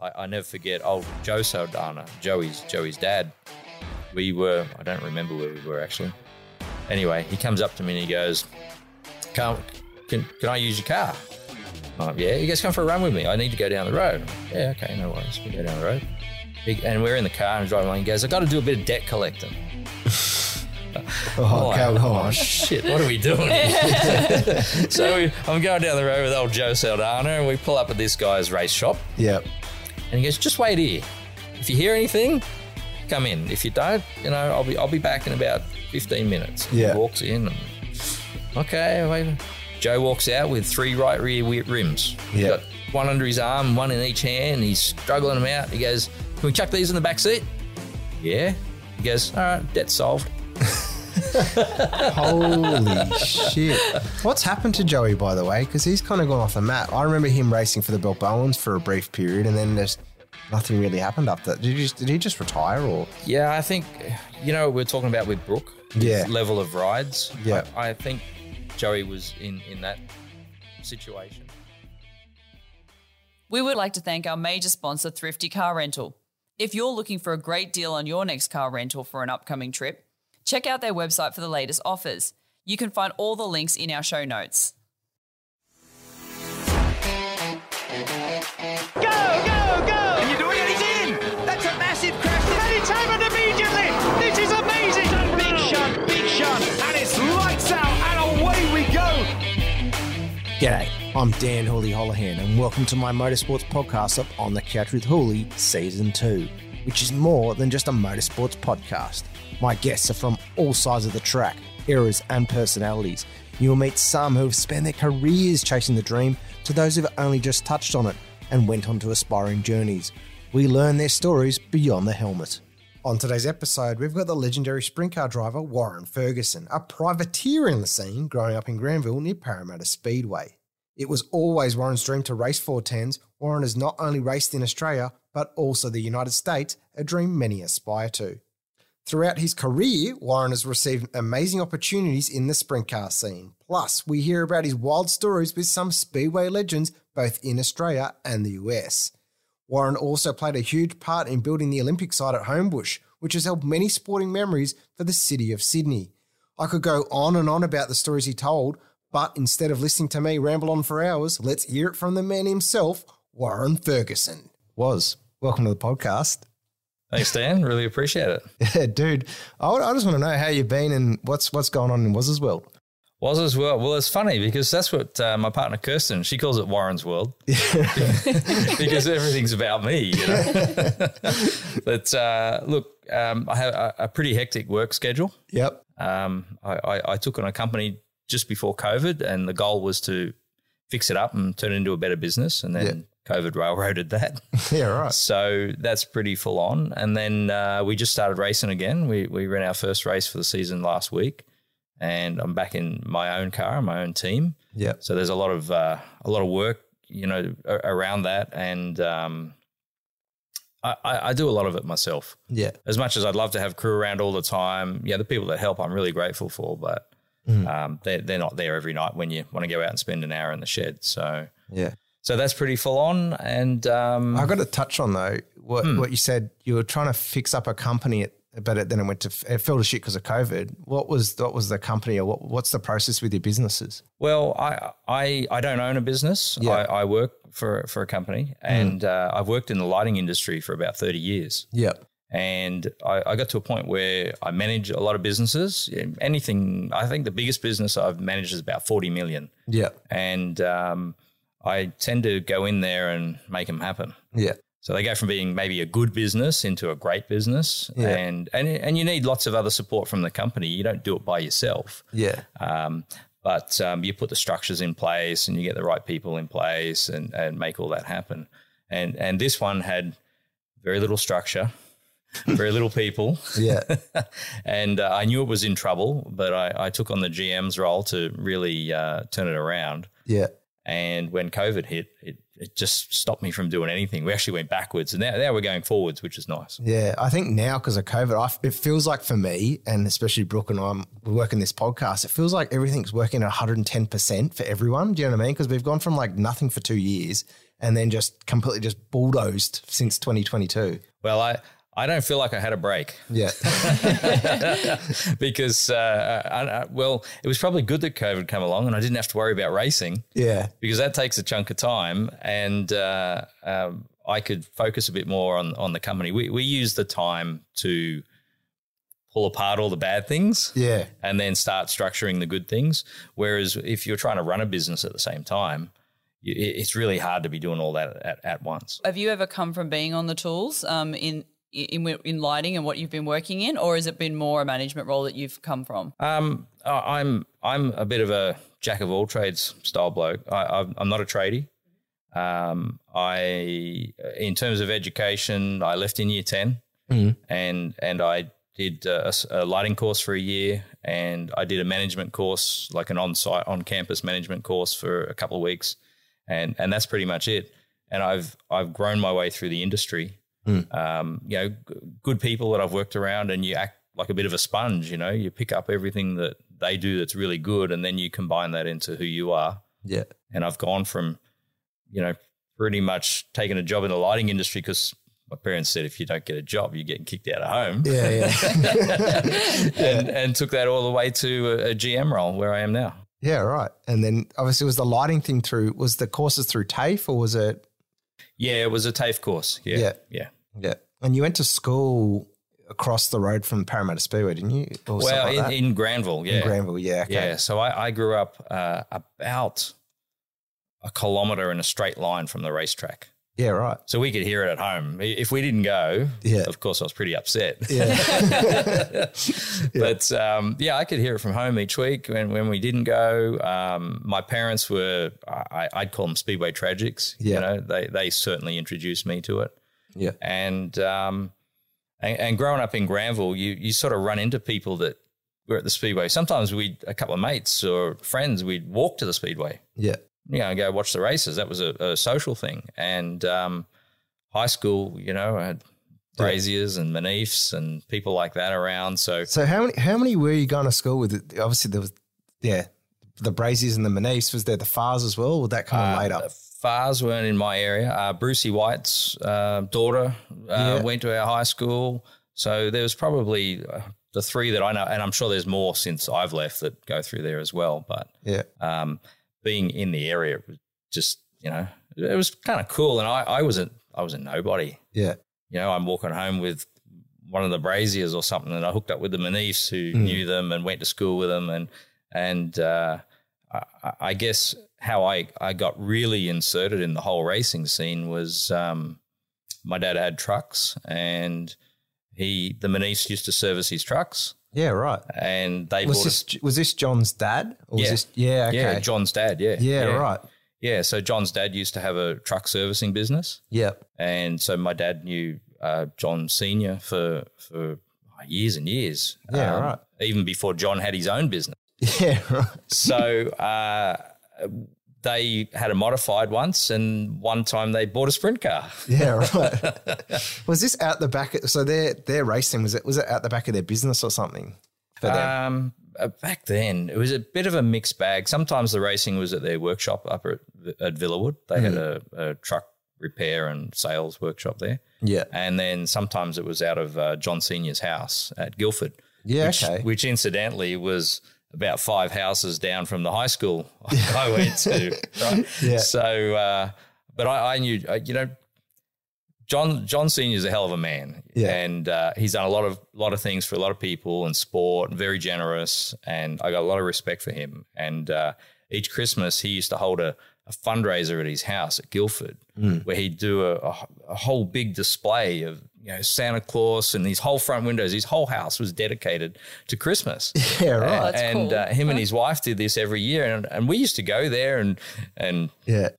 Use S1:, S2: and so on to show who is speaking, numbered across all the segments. S1: I, I never forget old Joe Saldana, Joey's Joey's dad. We were I don't remember where we were actually. Anyway, he comes up to me and he goes, "Can can, can I use your car?" I'm like, yeah, he goes, "Come for a run with me. I need to go down the road." I'm like, yeah, okay, no worries. We go down the road. He- and we're in the car and driving along. He goes, "I got to do a bit of debt collecting."
S2: Oh,
S1: like,
S2: come
S1: "Oh,
S2: on.
S1: shit, what are we doing? so we, I'm going down the road with old Joe Saldana and we pull up at this guy's race shop
S2: Yep.
S1: and he goes, just wait here. If you hear anything, come in. If you don't, you know, I'll be I'll be back in about 15 minutes.
S2: Yeah.
S1: He walks in and okay, wait. Joe walks out with three right rear wi- rims. He's
S2: Yeah.
S1: got one under his arm, one in each hand. He's struggling them out. He goes, can we chuck these in the back seat? Yeah. He goes, all right, debt solved.
S2: Holy shit. What's happened to Joey, by the way? Because he's kind of gone off the map. I remember him racing for the Balboans for a brief period, and then just nothing really happened after that. Did, you just, did he just retire or?
S1: Yeah, I think you know what we we're talking about with Brooke.
S2: Yeah.
S1: Level of rides.
S2: Yeah.
S1: I, I think Joey was in in that situation.
S3: We would like to thank our major sponsor, Thrifty Car Rental. If you're looking for a great deal on your next car rental for an upcoming trip, check out their website for the latest offers. You can find all the links in our show notes.
S4: Go, go, go! And you do it, and he's in! That's a massive crash. And it's happened immediately! This is amazing! Big shot, big shot, and it's lights out, and away we go!
S2: G'day, I'm Dan Hooley Holohan, and welcome to my motorsports podcast up on the Couch with Hooley Season 2, which is more than just a motorsports podcast. My guests are from all sides of the track, eras, and personalities. You will meet some who have spent their careers chasing the dream, to those who've only just touched on it and went on to aspiring journeys. We learn their stories beyond the helmet. On today's episode, we've got the legendary sprint car driver Warren Ferguson, a privateer in the scene growing up in Granville near Parramatta Speedway. It was always Warren's dream to race 410s. Warren has not only raced in Australia, but also the United States, a dream many aspire to. Throughout his career, Warren has received amazing opportunities in the sprint car scene. Plus, we hear about his wild stories with some speedway legends both in Australia and the US. Warren also played a huge part in building the Olympic side at Homebush, which has held many sporting memories for the city of Sydney. I could go on and on about the stories he told, but instead of listening to me ramble on for hours, let's hear it from the man himself, Warren Ferguson. Was. Welcome to the podcast.
S1: Thanks, Dan. Really appreciate it.
S2: Yeah, dude, I, would- I just want to know how you've been and what's what's going on in Waz's world.
S1: Was as well. Well, it's funny because that's what uh, my partner Kirsten she calls it Warren's world because everything's about me. You know. but uh, look, um, I have a, a pretty hectic work schedule.
S2: Yep.
S1: Um, I, I, I took on a company just before COVID, and the goal was to fix it up and turn it into a better business. And then COVID railroaded that.
S2: Yeah, right.
S1: So that's pretty full on. And then uh, we just started racing again. We, we ran our first race for the season last week, and I'm back in my own car, my own team.
S2: Yep.
S1: So there's a lot of uh, a lot of work, you know, a- around that, and um, I, I I do a lot of it myself.
S2: Yeah.
S1: As much as I'd love to have crew around all the time, yeah, the people that help, I'm really grateful for, but. Um, they're, they're not there every night when you want to go out and spend an hour in the shed. So,
S2: Yeah.
S1: so that's pretty full on. And, um,
S2: I got to touch on though what what you said. You were trying to fix up a company, at, but it, then it went to it fell to shit because of COVID. What was what was the company or what, what's the process with your businesses?
S1: Well, I I, I don't own a business.
S2: Yeah. Mm.
S1: I, I work for for a company, and uh, I've worked in the lighting industry for about thirty years.
S2: Yep.
S1: And I, I got to a point where I manage a lot of businesses. Anything, I think the biggest business I've managed is about forty million,
S2: Yeah.
S1: and um, I tend to go in there and make them happen.
S2: Yeah.
S1: So they go from being maybe a good business into a great business,
S2: Yeah.
S1: and and and you need lots of other support from the company. You don't do it by yourself.
S2: Yeah.
S1: Um, but um, you put the structures in place and you get the right people in place and, and make all that happen. And and this one had very little structure, very little people.
S2: Yeah.
S1: and uh, I knew it was in trouble, but I, I took on the GM's role to really uh, turn it around.
S2: Yeah.
S1: And when COVID hit, it, it just stopped me from doing anything. We actually went backwards and now, now we're going forwards, which is nice.
S2: Yeah, I think now because of COVID, I f it feels like for me, and especially Brooke and I, am we work in this podcast. It feels like everything's working at 110 percent for everyone. Do you know what I mean? Because we've gone from like nothing for two years, and then just completely just bulldozed since 2022.
S1: Well, I, I don't feel like I had a break
S2: Yeah.
S1: because, uh, I, I, well, it was probably good that COVID came along and I didn't have to worry about racing
S2: yeah.
S1: because that takes a chunk of time and uh, um, I could focus a bit more on, on the company. We, we use the time to pull apart all the bad things.
S2: Yeah.
S1: and then start structuring the good things. Whereas if you're trying to run a business at the same time, y- it- it's really hard to be doing all that at, at once.
S3: Have you ever come from being on the tools um, in, in in lighting and what you've been working in, or has it been more a management role that you've come from?
S1: Um, I- I'm I'm a bit of a jack of all trades style bloke. I, I'm- I'm not a tradie. Um, I, in terms of education, I left in year ten,
S2: Mhm.
S1: and and I did uh, a, s- a lighting course for a year, and I did a management course, like an on-site, on-campus management course for a couple of weeks, and and that's pretty much it. And I've I've grown my way through the industry.
S2: Mm.
S1: Um, you know, g- good people that I've worked around, and you act like a bit of a sponge. You know, you pick up everything that they do that's really good, and then you combine that into who you are
S2: Yeah.
S1: and I've gone from, you know, pretty much taking a job in the lighting industry because my parents said if you don't get a job, you're getting kicked out of home,
S2: Yeah. Yeah.
S1: and, and took that all the way to a, a GM role where I am now.
S2: yeah. Right. And then obviously it was the lighting thing through, was the courses through TAFE or was it?
S1: Yeah, it was a TAFE course. Yeah,
S2: Yeah.
S1: yeah.
S2: Yeah. And you went to school across the road from Parramatta Speedway, didn't you? Or something
S1: Well,
S2: like that?
S1: in, in Granville, yeah,
S2: In Granville. Yeah. Okay.
S1: yeah. So I, I grew up uh, about a kilometre in a straight line from the racetrack,
S2: Yeah. Right.
S1: so we could hear it at home. I- If we didn't go,
S2: Yeah.
S1: of course, I was pretty upset.
S2: Yeah.
S1: But um, yeah, I could hear it from home each week when, when we didn't go. Um, my parents were, I, I'd call them Speedway Tragics.
S2: Yeah.
S1: You know, they, they certainly introduced me to it.
S2: Yeah.
S1: And, um, and, and growing up in Granville, you, you sort of run into people that were at the Speedway. Sometimes we'd, a couple of mates or friends, we'd walk to the Speedway
S2: yeah.
S1: you know, go watch the races. That was a, a social thing. And um, high school, you know, I had
S2: Yeah.
S1: braziers and manifs and people like that around. So
S2: So how many how many were you going to school with? Obviously there was yeah, the Braziers and the Manise. Was there the Fars as well? Would that come on
S1: uh,
S2: later?
S1: Fars weren't in my area. Uh, Brucey White's uh, daughter uh,
S2: Yeah.
S1: went to our high school. So there was probably uh, the three that I know. And I'm sure there's more since I've left that go through there as well. But
S2: Yeah.
S1: um, being in the area was just, you know, it was kind of cool. And I, I wasn't, I was a nobody.
S2: Yeah.
S1: you know, I'm walking home with one of the braziers or something, and I hooked up with the Manifs who
S2: Mm.
S1: knew them and went to school with them, and and uh, I, I- I guess how I I got really inserted in the whole racing scene was um, my dad had trucks, and he the Manifs used to service his trucks,
S2: Yeah, right.
S1: and they
S2: Was
S1: bought
S2: this
S1: us.
S2: was this John's dad? Or
S1: Yeah.
S2: was this yeah, okay.
S1: Yeah, John's dad. Yeah,
S2: yeah, right.
S1: Yeah, so John's dad used to have a truck servicing business,
S2: Yeah.
S1: and so my dad knew uh, John Senior for for years and years. Um,
S2: Yeah, right.
S1: Even before John had his own business,
S2: Yeah, right.
S1: so uh, they had a modified once, and one time they bought a sprint car.
S2: Yeah, right. was this out the back of, so their their racing was it was it out the back of their business or something? For them?
S1: Um, uh, back then, it was a bit of a mixed bag. Sometimes the racing was at their workshop up at, at Villawood. They had a,
S2: Hmm.
S1: a truck repair and sales workshop there.
S2: yeah.
S1: and then sometimes it was out of uh, John Senior's house at Guildford.
S2: Yeah,
S1: which,
S2: okay.
S1: Which incidentally was about five houses down from the high school I went to. Right?
S2: Yeah.
S1: So, uh, but I, I knew, uh, you know, John John Senior's a hell of a man,
S2: Yeah.
S1: and uh, he's done a lot of lot of things for a lot of people and sport. Very generous, and I got a lot of respect for him. And uh, each Christmas, he used to hold a, a fundraiser at his house at Guildford, where he'd do a, a, a whole big display of you know Santa Claus and his whole front windows. His whole house was dedicated to Christmas.
S2: Yeah, right.
S3: That's
S1: and
S3: cool.
S1: uh, him and his wife did this every year, and, and we used to go there and and
S2: Yeah.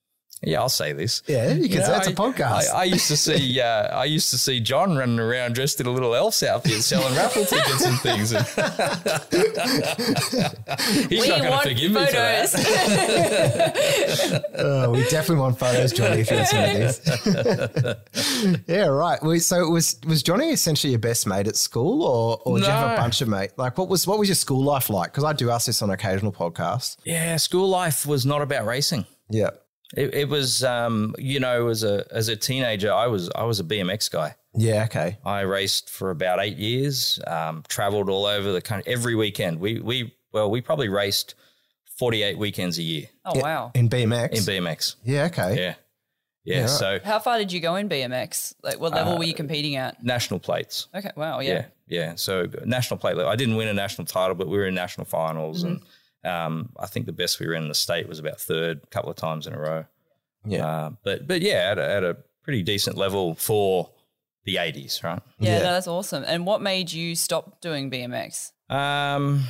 S1: yeah, I'll say this.
S2: Yeah, you can
S1: You know,
S2: say it's a
S1: I-
S2: podcast.
S1: I, I used to see, uh, I used to see John running around dressed in a little elf's outfit, selling raffle tickets and things. He's not going to forgive me for that.
S2: Oh, we definitely want photos, Johnny, if you listen to this. yeah, right. We, so was was Johnny essentially your best mate at school, or or did you have a
S1: No.
S2: bunch of mate? Like, what was what was your school life like? Because I do ask this on occasional podcasts.
S1: Yeah, school life was not about racing.
S2: Yeah,
S1: It, it was, um, you know, as a as a teenager, I was I was a BMX guy.
S2: Yeah, okay.
S1: I raced for about eight years, um, traveled all over the country every weekend. We we well, we probably raced forty eight weekends a year
S3: Oh, wow.
S2: In BMX.
S1: in BMX.
S2: yeah, okay.
S1: Yeah, yeah.
S2: Yeah, right.
S1: So
S3: How far did you go in BMX? Like, what level were you competing at?
S1: national plates.
S3: Okay, wow, yeah.
S1: Uh, yeah, yeah. So national plate level. I didn't win a national title, but we were in national finals, and um, I think the best we were in the state was about third, a couple of times in a row.
S2: Yeah.
S1: Uh, but but yeah, at a, at a pretty decent level for the eighties, right?
S2: Yeah.
S3: Yeah, no, that's awesome. And what made you stop doing BMX?
S1: Um,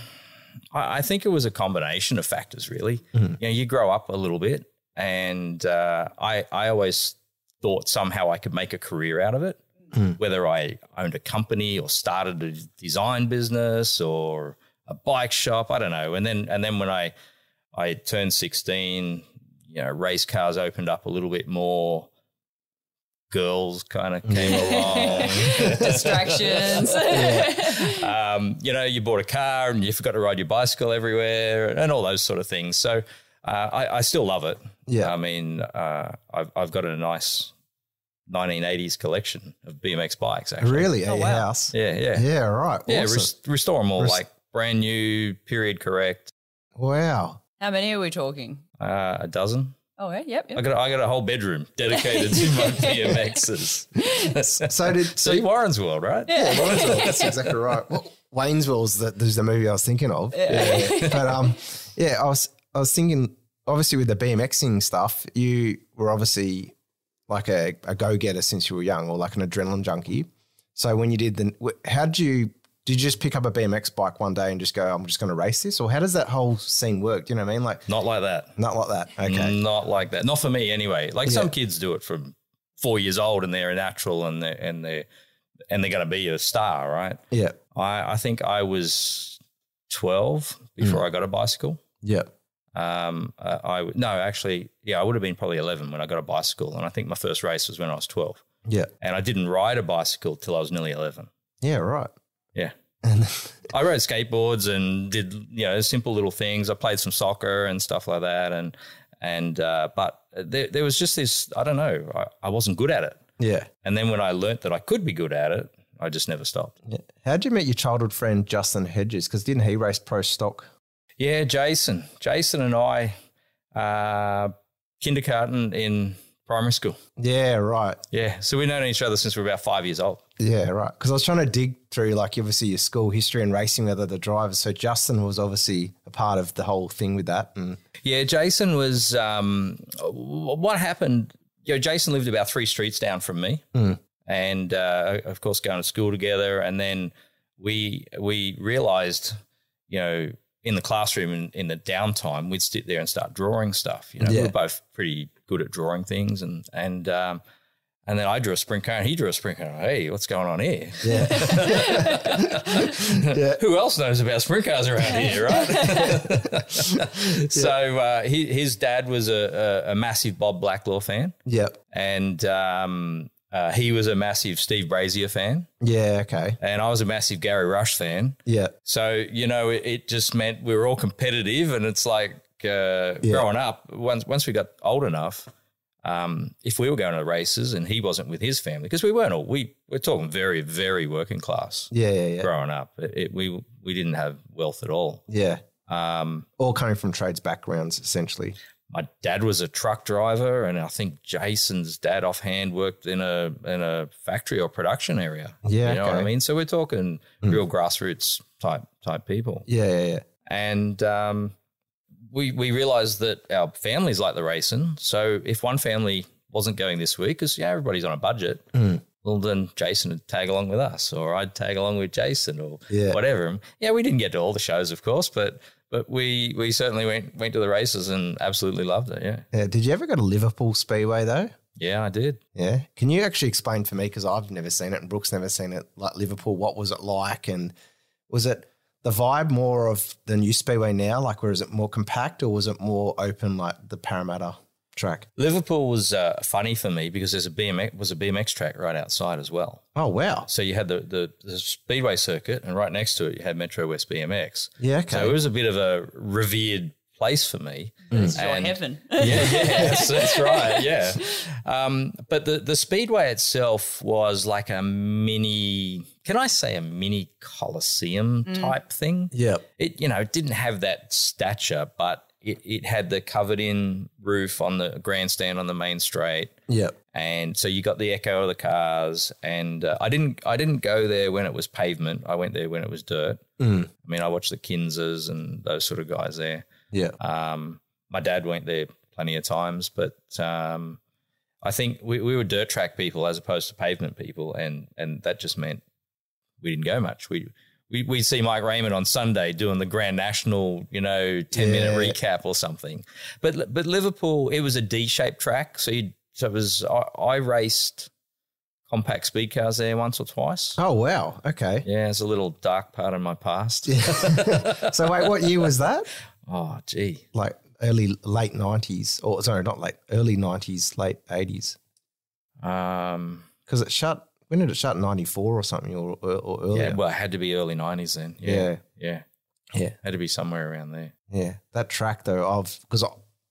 S1: I, I think it was a combination of factors, really. You know, you grow up a little bit, and uh, I I always thought somehow I could make a career out of it, whether I owned a company or started a design business or a bike shop. I don't know. And then and then when I I turned sixteen, you know, race cars opened up a little bit more. Girls kind of came along.
S3: Distractions.
S1: um, you know, you bought a car and you forgot to ride your bicycle everywhere and all those sort of things. So uh, I, I still love it.
S2: Yeah.
S1: I mean, uh, I've, I've got a nice 1980s collection of BMX bikes, actually.
S2: Really? At
S3: Oh,
S2: your
S3: wow.
S2: house?
S1: Yeah, yeah.
S2: Yeah, right.
S1: Yeah,
S2: awesome.
S1: res- restore them all
S2: Rest-
S1: like brand new, period correct,
S2: wow.
S3: How many are we talking?
S1: uh, a dozen.
S3: Oh, yeah, yep.
S1: I
S3: yep.
S1: got, a, I got a whole bedroom dedicated to my BMXs.
S2: So did
S1: See Warren's World, right?
S2: Yeah, Warrensville. That's exactly right. Well, Waynesville's the, is the movie I was thinking of. Yeah. But um, yeah, I was I was thinking obviously with the BMXing stuff, you were obviously like a, a go getter since you were young, or like an adrenaline junkie. So when you did the, wh- how did you did you just pick up a BMX bike one day and just go, I'm just going to race this, or how does that whole scene work? Do you know what I mean? Like
S1: Not like that.
S2: not like that. Okay.
S1: Not like that. Not for me anyway. Like some
S2: Yeah.
S1: kids do it from four years old and they're a natural and they're and they're and they're gonna be a star, right?
S2: Yeah.
S1: I, I think I was twelve before
S2: Mm.
S1: I got a bicycle.
S2: Yeah.
S1: Um, uh, I w- no, actually, yeah, I would have been probably eleven when I got a bicycle, and I think my first race was when I was twelve,
S2: Yeah.
S1: and I didn't ride a bicycle till I was nearly eleven.
S2: Yeah. Right.
S1: Yeah.
S2: And
S1: I rode skateboards and did you know simple little things. I played some soccer and stuff like that, and and uh, but there, there was just this I don't know I, I wasn't good at it,
S2: yeah.
S1: and then when I learnt that I could be good at it, I just never stopped.
S2: Yeah. How'd you meet your childhood friend Justin Hedges? Because didn't he race pro stock?
S1: Yeah, Jason, Jason and I, uh, kindergarten in primary school.
S2: Yeah, right.
S1: Yeah, so we've known each other since we were about five years old.
S2: Yeah, right. Because I was trying to dig through, like, obviously your school history and racing with other drivers. So Justin was obviously a part of the whole thing with that. And
S1: Yeah, Jason was. Um, w- what happened? You know, Jason lived about three streets down from me, and uh, of course, going to school together. And then we we realized, you know, in the classroom in, in the downtime, we'd sit there and start drawing stuff. You know, we
S2: Yeah.
S1: were both pretty good at drawing things, and and um, and then I drew a sprint car, and he drew a sprint car. Hey, what's going on here?
S2: yeah,
S1: Who else knows about sprint cars around here, right? so uh, he, his dad was a, a, a massive Bob Blacklaw fan,
S2: yeah,
S1: and um, uh, he was a massive Steve Brazier fan,
S2: yeah. Okay,
S1: and I was a massive Gary Rush fan.
S2: yeah,
S1: So you know, it, it just meant we were all competitive, and it's like uh, growing up. Once once we got old enough, um, if we were going to races and he wasn't with his family, because we weren't all we we're talking very very working class
S2: yeah, yeah, yeah,
S1: growing up. It, it, we we didn't have wealth at all.
S2: yeah.
S1: Um,
S2: All coming from trades backgrounds, essentially.
S1: my dad was a truck driver, and I think Jason's dad offhand worked in a in a factory or production area.
S2: Yeah,
S1: you know what I
S2: okay. Hmm.
S1: mean. So we're talking real grassroots type type people,
S2: Yeah, yeah, yeah.
S1: and um, we we realized that our families like the racing. So if one family wasn't going this week, because yeah, everybody's on a budget. Well, then Jason would tag along with us, or I'd tag along with Jason, or
S2: Yeah.
S1: whatever. Yeah, we didn't get to all the shows, of course, but but we we certainly went went to the races and absolutely loved it. Yeah,
S2: yeah. Did you ever go to Liverpool Speedway though?
S1: yeah, I did.
S2: Yeah. Can you actually explain for me because I've never seen it and Brooks never seen it like Liverpool what was it like and was it the vibe more of the new speedway now like where is it more compact or was it more open like the Parramatta track?
S1: Liverpool was uh, funny for me because there's a BMX was a BMX track right outside as well.
S2: Oh wow.
S1: So you had the the, the speedway circuit, and right next to it you had Metro West BMX.
S2: Yeah, okay.
S1: So it was a bit of a revered place for me.
S3: Mm. It's your
S1: And-
S3: heaven.
S1: yeah, yeah, that's, that's right. Yeah. Um, but the, the speedway itself was like a mini, can I say a mini Colosseum
S3: Mm.
S1: type thing?
S2: Yep.
S1: It, you know, it didn't have that stature, but it, it had the covered in roof on the grandstand on the main straight.
S2: Yep.
S1: And so you got the echo of the cars, and uh, I didn't. I didn't go there when it was pavement. I went there when it was dirt. I mean, I watched the Kinzers and those sort of guys there.
S2: Yeah.
S1: Um, my dad went there plenty of times, but um, I think we, we were dirt track people as opposed to pavement people, and and that just meant we didn't go much. We we we'd see Mike Raymond on Sunday doing the Grand National, you know, ten minute
S2: Yeah.
S1: recap or something. But but Liverpool, it was a D shaped track, so you so it was I, I raced compact speed cars there once or twice.
S2: Oh wow. Okay.
S1: Yeah, it's a little dark part of my past.
S2: So wait, what year was that?
S1: Oh, gee.
S2: Like early late nineties, or sorry, not late, early nineties, late eighties.
S1: Um,
S2: Because it shut. When did it shut? Ninety four or something, or or, or earlier.
S1: Yeah, well, it had to be early nineties then. Yeah,
S2: Yeah.
S1: yeah,
S2: Yeah.
S1: had to be somewhere around there.
S2: Yeah, that track though, I've because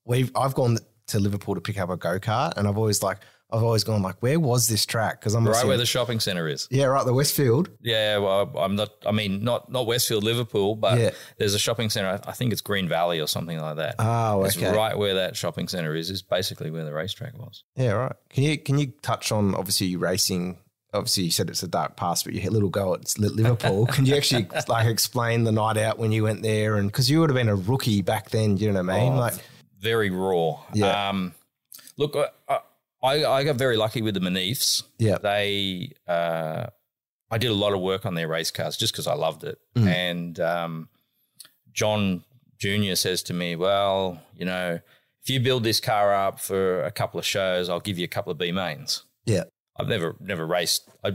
S2: we've I've gone to Liverpool to pick up a go kart, and I've always like I've always gone like, where was this track? Because I'm
S1: Right
S2: assuming-
S1: where the shopping centre is.
S2: yeah, right the Westfield.
S1: Yeah, well, I'm not. I mean, not not Westfield, Liverpool, but
S2: Yeah.
S1: there's a shopping centre. I think it's Green Valley or something like that.
S2: Oh,
S1: It's
S2: okay.
S1: right where that shopping centre is. Is basically where the racetrack was.
S2: Yeah, right. Can you can you touch on obviously you racing? Obviously, you said it's a dark past, but you had a little go at Li- Liverpool. can you actually like explain the night out when you went there? And because you would have been a rookie back then, you know what I mean?
S1: Oh,
S2: like,
S1: Very raw.
S2: Yeah.
S1: Um, look, I, I I got very lucky with the Manifs.
S2: yeah,
S1: they uh, I did a lot of work on their race cars just because I loved it.
S2: Mm.
S1: And um, John Junior says to me, "Well, you know, if you build this car up for a couple of shows, I'll give you a couple of B mains."
S2: Yeah.
S1: I've never never raced. I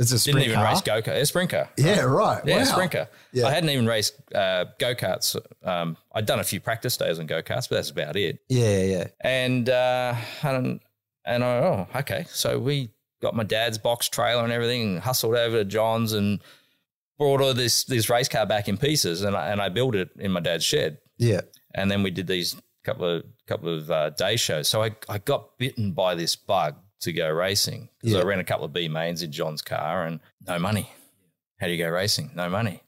S2: it's a
S1: didn't
S2: sprint
S1: even
S2: car.
S1: race go kart. Yeah, sprint car.
S2: Yeah, right.
S1: Yeah,
S2: wow.
S1: sprint car.
S2: Yeah.
S1: I hadn't even raced uh, go karts. Um, I'd done a few practice days on go karts, but that's about it
S2: Yeah, yeah,
S1: and uh, and and I, oh, okay. So we got my dad's box trailer and everything, and hustled over to John's and brought all this this race car back in pieces, and I, and I built it in my dad's shed,
S2: yeah.
S1: and then we did these couple of couple of uh, day shows. So I I got bitten by this bug to go racing because
S2: Yeah.
S1: I ran a couple of B mains in John's car and no money. How do you go racing? No money.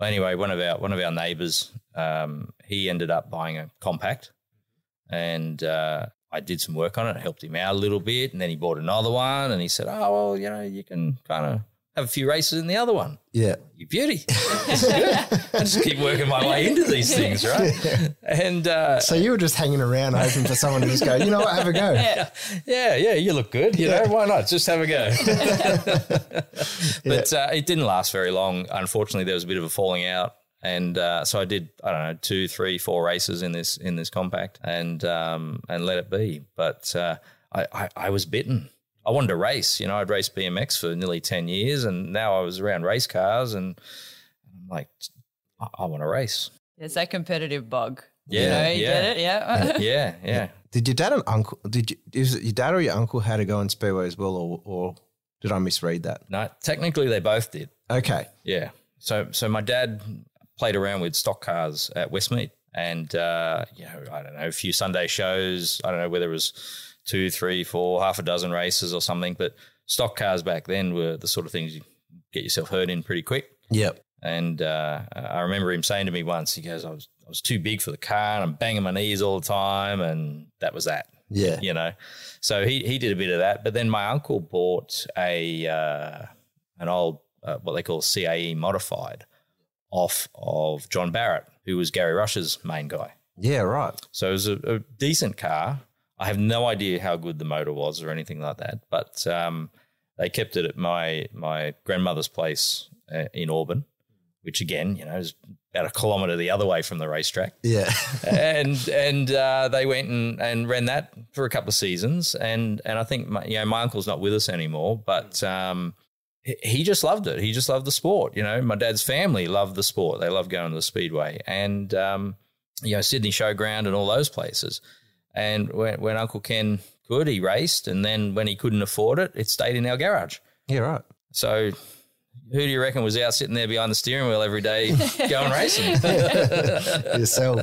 S1: Well, anyway, one of our one of our neighbors, um, he ended up buying a compact, and uh, I did some work on it, helped him out a little bit, and then he bought another one, and he said, "Oh well, you know, you can kind of have a few races in the other one."
S2: Yeah.
S1: you beauty. This is good. I just keep working my way into these things, right? And uh,
S2: So you were just hanging around hoping for someone to just go, you know what, have a go.
S3: Yeah.
S1: yeah, yeah, you look good. You know, why not? Just have a go. but uh, it didn't last very long. Unfortunately, there was a bit of a falling out, and uh, so I did I don't know two, three, four races in this in this compact, and um, and let it be. But uh, I, I I was bitten. I wanted to race. You know, I'd raced BMX for nearly ten years, and now I was around race cars, and I'm like, I, I want to race.
S3: It's that competitive bug. you
S1: Yeah,
S3: know, you
S1: yeah.
S3: get it? Yeah.
S1: Yeah, yeah.
S2: Did your dad and uncle, did you, is it your dad or your uncle had a go in Speedway as well, or, or did I misread that?
S1: No, technically they both did.
S2: Okay.
S1: Yeah. So so my dad played around with stock cars at Westmead, and uh, you know I don't know a few Sunday shows. I don't know whether it was two, three, four, half a dozen races or something. But stock cars back then were the sort of things you get yourself hurt in pretty quick.
S2: Yep.
S1: And uh, I remember him saying to me once, he goes, "I was I was too big for the car, and I'm banging my knees all the time, and that was that."
S2: Yeah.
S1: you know. So he he did a bit of that, but then my uncle bought a uh, an old uh, what they call CAE modified off of John Barrett, who was Gary Rush's main guy.
S2: Yeah, right.
S1: So it was a, a decent car. I have no idea how good the motor was or anything like that, but um, they kept it at my my grandmother's place uh, in Auburn, which again, you know, is about a kilometre the other way from the racetrack
S2: Yeah.
S1: and and uh, they went and, and ran that for a couple of seasons, and and I think my, you know my uncle's not with us anymore, but um, he, he just loved it. He just loved the sport. You know, my dad's family loved the sport. They loved going to the speedway and um, you know Sydney Showground and all those places. And when when Uncle Ken could, he raced, and then when he couldn't afford it, it stayed in our garage.
S2: yeah, right.
S1: So who do you reckon was out sitting there behind the steering wheel every day going racing?
S2: yourself.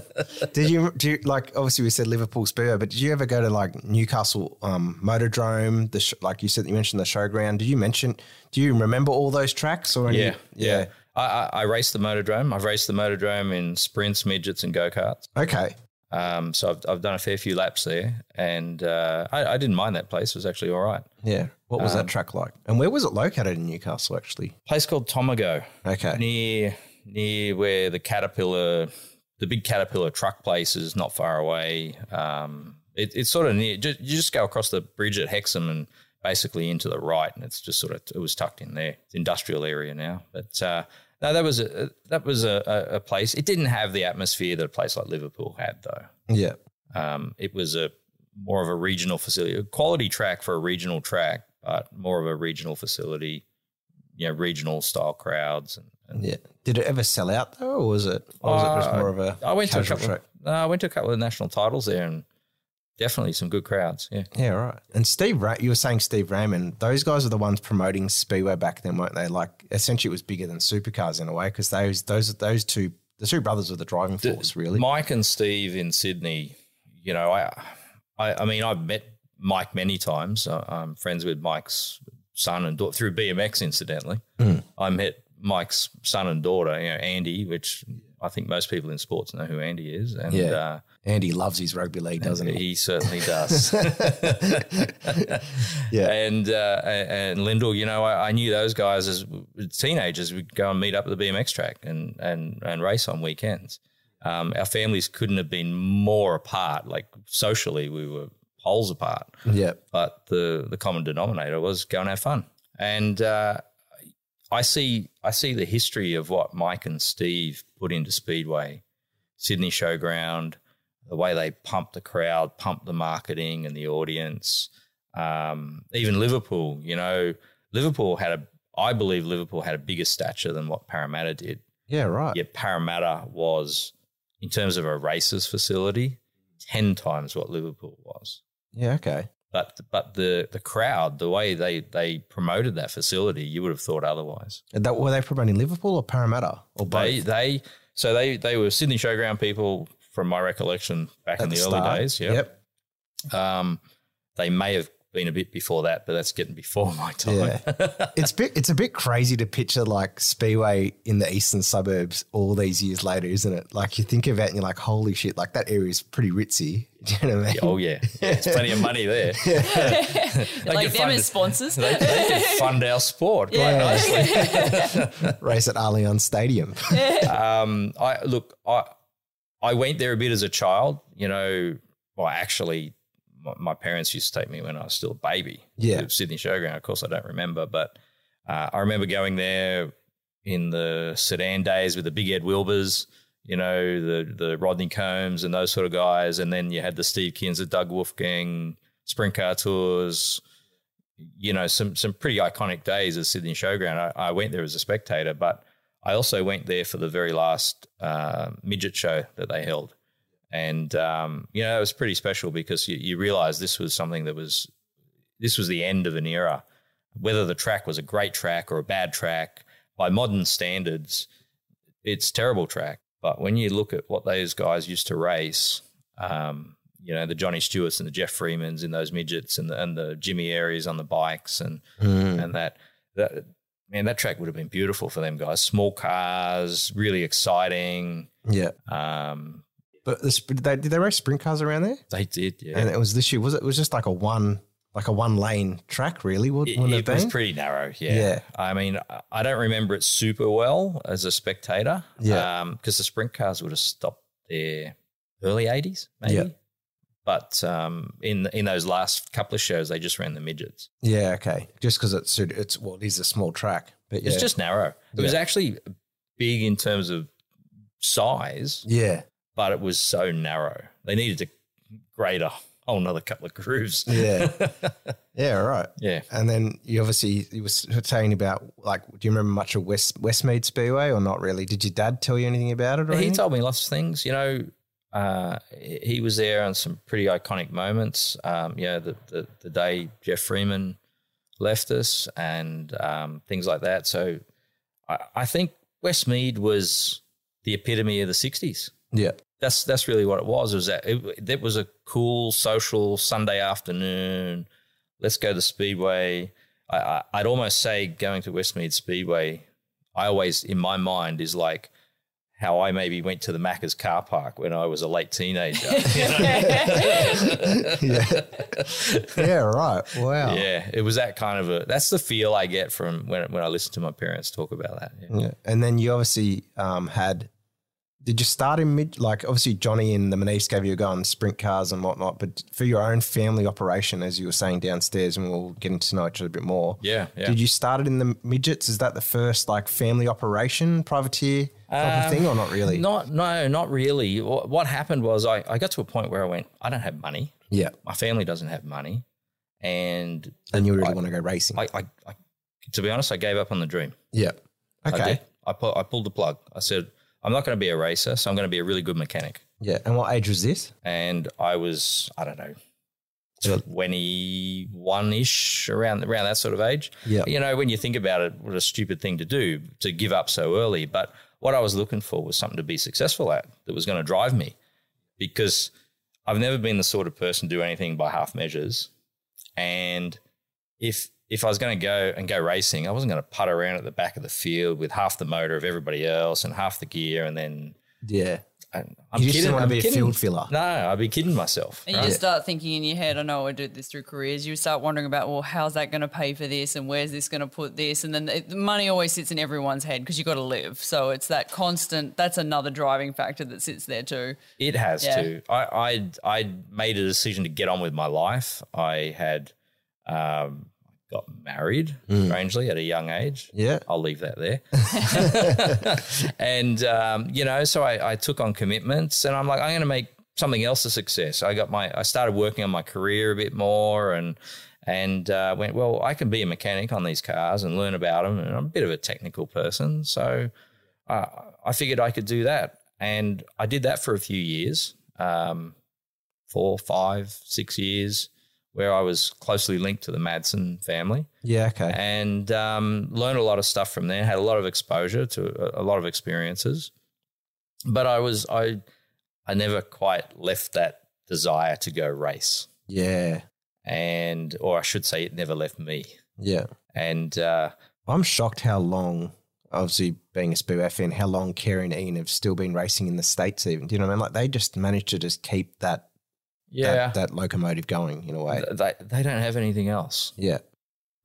S2: Did you do you, like obviously we said Liverpool Spur, but did you ever go to like Newcastle um, Motordrome? The sh- like you said you mentioned the showground. Did you mention? Do you remember all those tracks or any?
S1: yeah, I, I, I raced the motordrome. I've raced the motordrome in sprints, midgets, and go karts.
S2: Okay.
S1: Um, so I've, I've done a fair few laps there, and uh, I, I didn't mind that place. It was actually all right.
S2: Yeah. What
S1: Um,
S2: was that track like? And where was it located in Newcastle actually?
S1: place called Tomago,
S2: Okay.
S1: near near where the caterpillar, the big caterpillar truck place is not far away. Um, it, it's sort of near. ju- you just go across the bridge at Hexham and basically into the right, and it's just sort of it was tucked in there. It's industrial area now, but. Uh, no, that was a that was a, a a place. It didn't have the atmosphere that a place like Liverpool had, though.
S2: Yeah.
S1: Um, it was a more of a regional facility, a quality track for a regional track, but more of a regional facility, you know, regional style crowds. And, and
S2: Yeah. Did it ever sell out though, or was it? Or was it just
S1: Uh,
S2: more of a?
S1: I went to a
S2: casual
S1: couple. Of, no, I went to a couple of national titles there, and definitely some good crowds. Yeah,
S2: Yeah, right. And Steve, Ra- you were saying Steve Raymond. Those guys were the ones promoting Speedway back then, weren't they? Like essentially, it was bigger than supercars in a way because those those those two the two brothers were the driving force, really.
S1: Mike and Steve in Sydney. You know, I, I, I mean, I've met Mike many times. I- I'm friends with Mike's son and daughter through BMX, incidentally.
S2: Mm.
S1: I met Mike's son and daughter, you know, Andy, which I think most people in sports know who Andy is, and
S2: Yeah.
S1: uh,
S2: Andy loves his rugby league, doesn't he?
S1: he certainly does.
S2: Yeah.
S1: and uh, and Lindell, you know, I, I knew those guys as teenagers. We'd go and meet up at the BMX track and and and race on weekends. Um, our families couldn't have been more apart. Like socially, we were poles apart
S2: Yeah,
S1: but the the common denominator was go and have fun. And uh, I see I see the history of what Mike and Steve put into Speedway, Sydney Showground, the way they pumped the crowd, pumped the marketing and the audience. Um, even Liverpool, you know, Liverpool had a I believe Liverpool had a bigger stature than what Parramatta did.
S2: yeah, right.
S1: Yet Parramatta was, in terms of a races facility, ten times what Liverpool was
S2: Yeah, okay.
S1: but but the the crowd, the way they they promoted that facility, you would have thought otherwise.
S2: And that were they promoting Liverpool or Parramatta or both?
S1: They they so they they were Sydney Showground people from my recollection back
S2: At
S1: in the,
S2: the
S1: early
S2: start.
S1: days. Yeah.
S2: Yep.
S1: Um, they may have been a bit before that, but that's getting before my time.
S2: It's bit it's a bit crazy to picture like Speedway in the eastern suburbs all these years later, isn't it? Like you think of it and you're like, holy shit, like that area is pretty ritzy. Do you know what I mean?
S1: oh yeah, yeah, it's plenty of money there.
S3: like
S1: could
S3: them
S1: fund
S3: as
S1: it.
S3: sponsors.
S1: They, they could fund our sport quite nicely. oh.
S2: Race at Allianz Stadium.
S1: um, I look, I I went there a bit as a child. You know, well, actually, my, my parents used to take me when I was still a baby.
S2: Yeah.
S1: to Sydney Showground. Of course, I don't remember, but uh, I remember going there in the sedan days with the big Ed Wilbers. You know, the the Rodney Combs and those sort of guys, and then you had the Steve Kins, the Doug Wolfgang, sprint car tours. You know, some some pretty iconic days at Sydney Showground. I, I went there as a spectator, but I also went there for the very last uh, midget show that they held. And, um, you know, it was pretty special because you, you realize this was something that was, this was the end of an era. Whether the track was a great track or a bad track, by modern standards, it's terrible track. But when you look at what those guys used to race, um, you know, the Johnny Stewarts and the Jeff Freemans in those midgets and the, and the Jimmy Aries on the bikes and,
S2: Mm-hmm.
S1: and that that man that track would have been beautiful for them guys small cars really exciting
S2: Yeah.
S1: um
S2: But the, sp- did, they, did they race sprint cars around there?
S1: they did yeah
S2: And it was this year. Was it? it was just like a one, like a one lane track, really? Would,
S1: it,
S2: wouldn't
S1: it
S2: it
S1: was
S2: be?
S1: pretty narrow yeah.
S2: Yeah.
S1: i mean I- i don't remember it super well as a spectator
S2: Yeah.
S1: because the sprint cars would have stopped there early 80s maybe
S2: Yeah.
S1: but um in in those last couple of shows they just ran the midgets
S2: yeah. Okay. Just because it's it's well, it is a small track, but yeah.
S1: it's just narrow it was actually big in terms of size
S2: yeah.
S1: but it was so narrow. They needed to grade a whole another couple of grooves.
S2: Yeah. yeah. Right.
S1: Yeah.
S2: And then you obviously you were saying about like, do you remember much of West Westmead Speedway or not really? Did your dad tell you anything about it? Or
S1: He
S2: anything?
S1: told me lots of things. You know, uh, he he was there on some pretty iconic moments. Um, you know, the, the, the day Jeff Freeman left us and um, things like that. So I, I think Westmead was the epitome of the '60s.
S2: Yeah.
S1: That's that's really what it was. It was that it, that was a cool social Sunday afternoon. Let's go to the Speedway. I, I, I'd almost say going to Westmead Speedway. I always in my mind is like how I maybe went to the Macca's car park when I was a late teenager.
S2: Yeah. yeah, right. Wow.
S1: Yeah, it was that kind of a. That's the feel I get from when when I listen to my parents talk about that. Yeah.
S2: Yeah. And then you obviously um, had, did you start in mid, like obviously Johnny and the Manise gave you a go on sprint cars and whatnot, but for your own family operation, as you were saying downstairs, and we'll get into know each other a bit more.
S1: Yeah, yeah.
S2: Did you start it in the midgets? Is that the first like family operation privateer type of thing or not really?
S1: Uh, Not no, not really. Wha- What happened was I I got to a point where I went, I don't have money.
S2: yeah.
S1: My family doesn't have money, and
S2: And you really want to go racing.
S1: I, I, I to be honest, I gave up on the dream.
S2: yeah.
S1: I
S2: Okay.
S1: did. I pu- I pulled the plug. I said I'm not going to be a racer, so I'm going to be a really good mechanic.
S2: Yeah. And what age was this?
S1: And I was I don't know.
S2: Yeah.
S1: 21 ish around around that sort of age.
S2: Yeah.
S1: you know, when you think about it, what a stupid thing to do to give up so early. But what I was looking for was something to be successful at that was going to drive me because I've never been the sort of person to do anything by half measures. And if if I was going to go and go racing, I wasn't going to putt around at the back of the field with half the motor of everybody else and half the gear, and then
S2: Yeah.
S1: I, I'm
S2: You just
S1: kidding.
S2: didn't want
S1: I'm
S2: to be a
S1: kidding.
S2: field filler.
S1: No, I'd be kidding myself.
S3: And
S1: right?
S3: you just start thinking in your head, I know I did this through careers. You start wondering about, well, how's that going to pay for this and where's this going to put this? And then the the money always sits in everyone's head because you got to live. So it's that constant, that's another driving factor that sits there too.
S1: It has
S3: Yeah.
S1: to. I, I I made a decision to get on with my life. I had um, got married, strangely, at a young age.
S2: Yeah.
S1: I'll leave that there. and um, you know, so I, I took on commitments, and I'm like, I'm going to make something else a success. I got my, I started working on my career a bit more, and and uh, went, well, I can be a mechanic on these cars and learn about them, and I'm a bit of a technical person, so uh, I figured I could do that, and I did that for a few years, um, four, five, six years, where I was closely linked to the Madsen family
S2: Yeah. Okay.
S1: and um, learned a lot of stuff from there. Had a lot of exposure to a, a lot of experiences, but I was I I never quite left that desire to go race,
S2: yeah.
S1: and or I should say, it never left me.
S2: Yeah.
S1: And uh,
S2: I'm shocked how long, obviously being a Speedway fan, how long Kerry and Ian have still been racing in the States even. Do you know what I mean? Like they just managed to just keep that
S1: yeah,
S2: that, that locomotive going in a way.
S1: they they don't have anything else.
S2: yeah.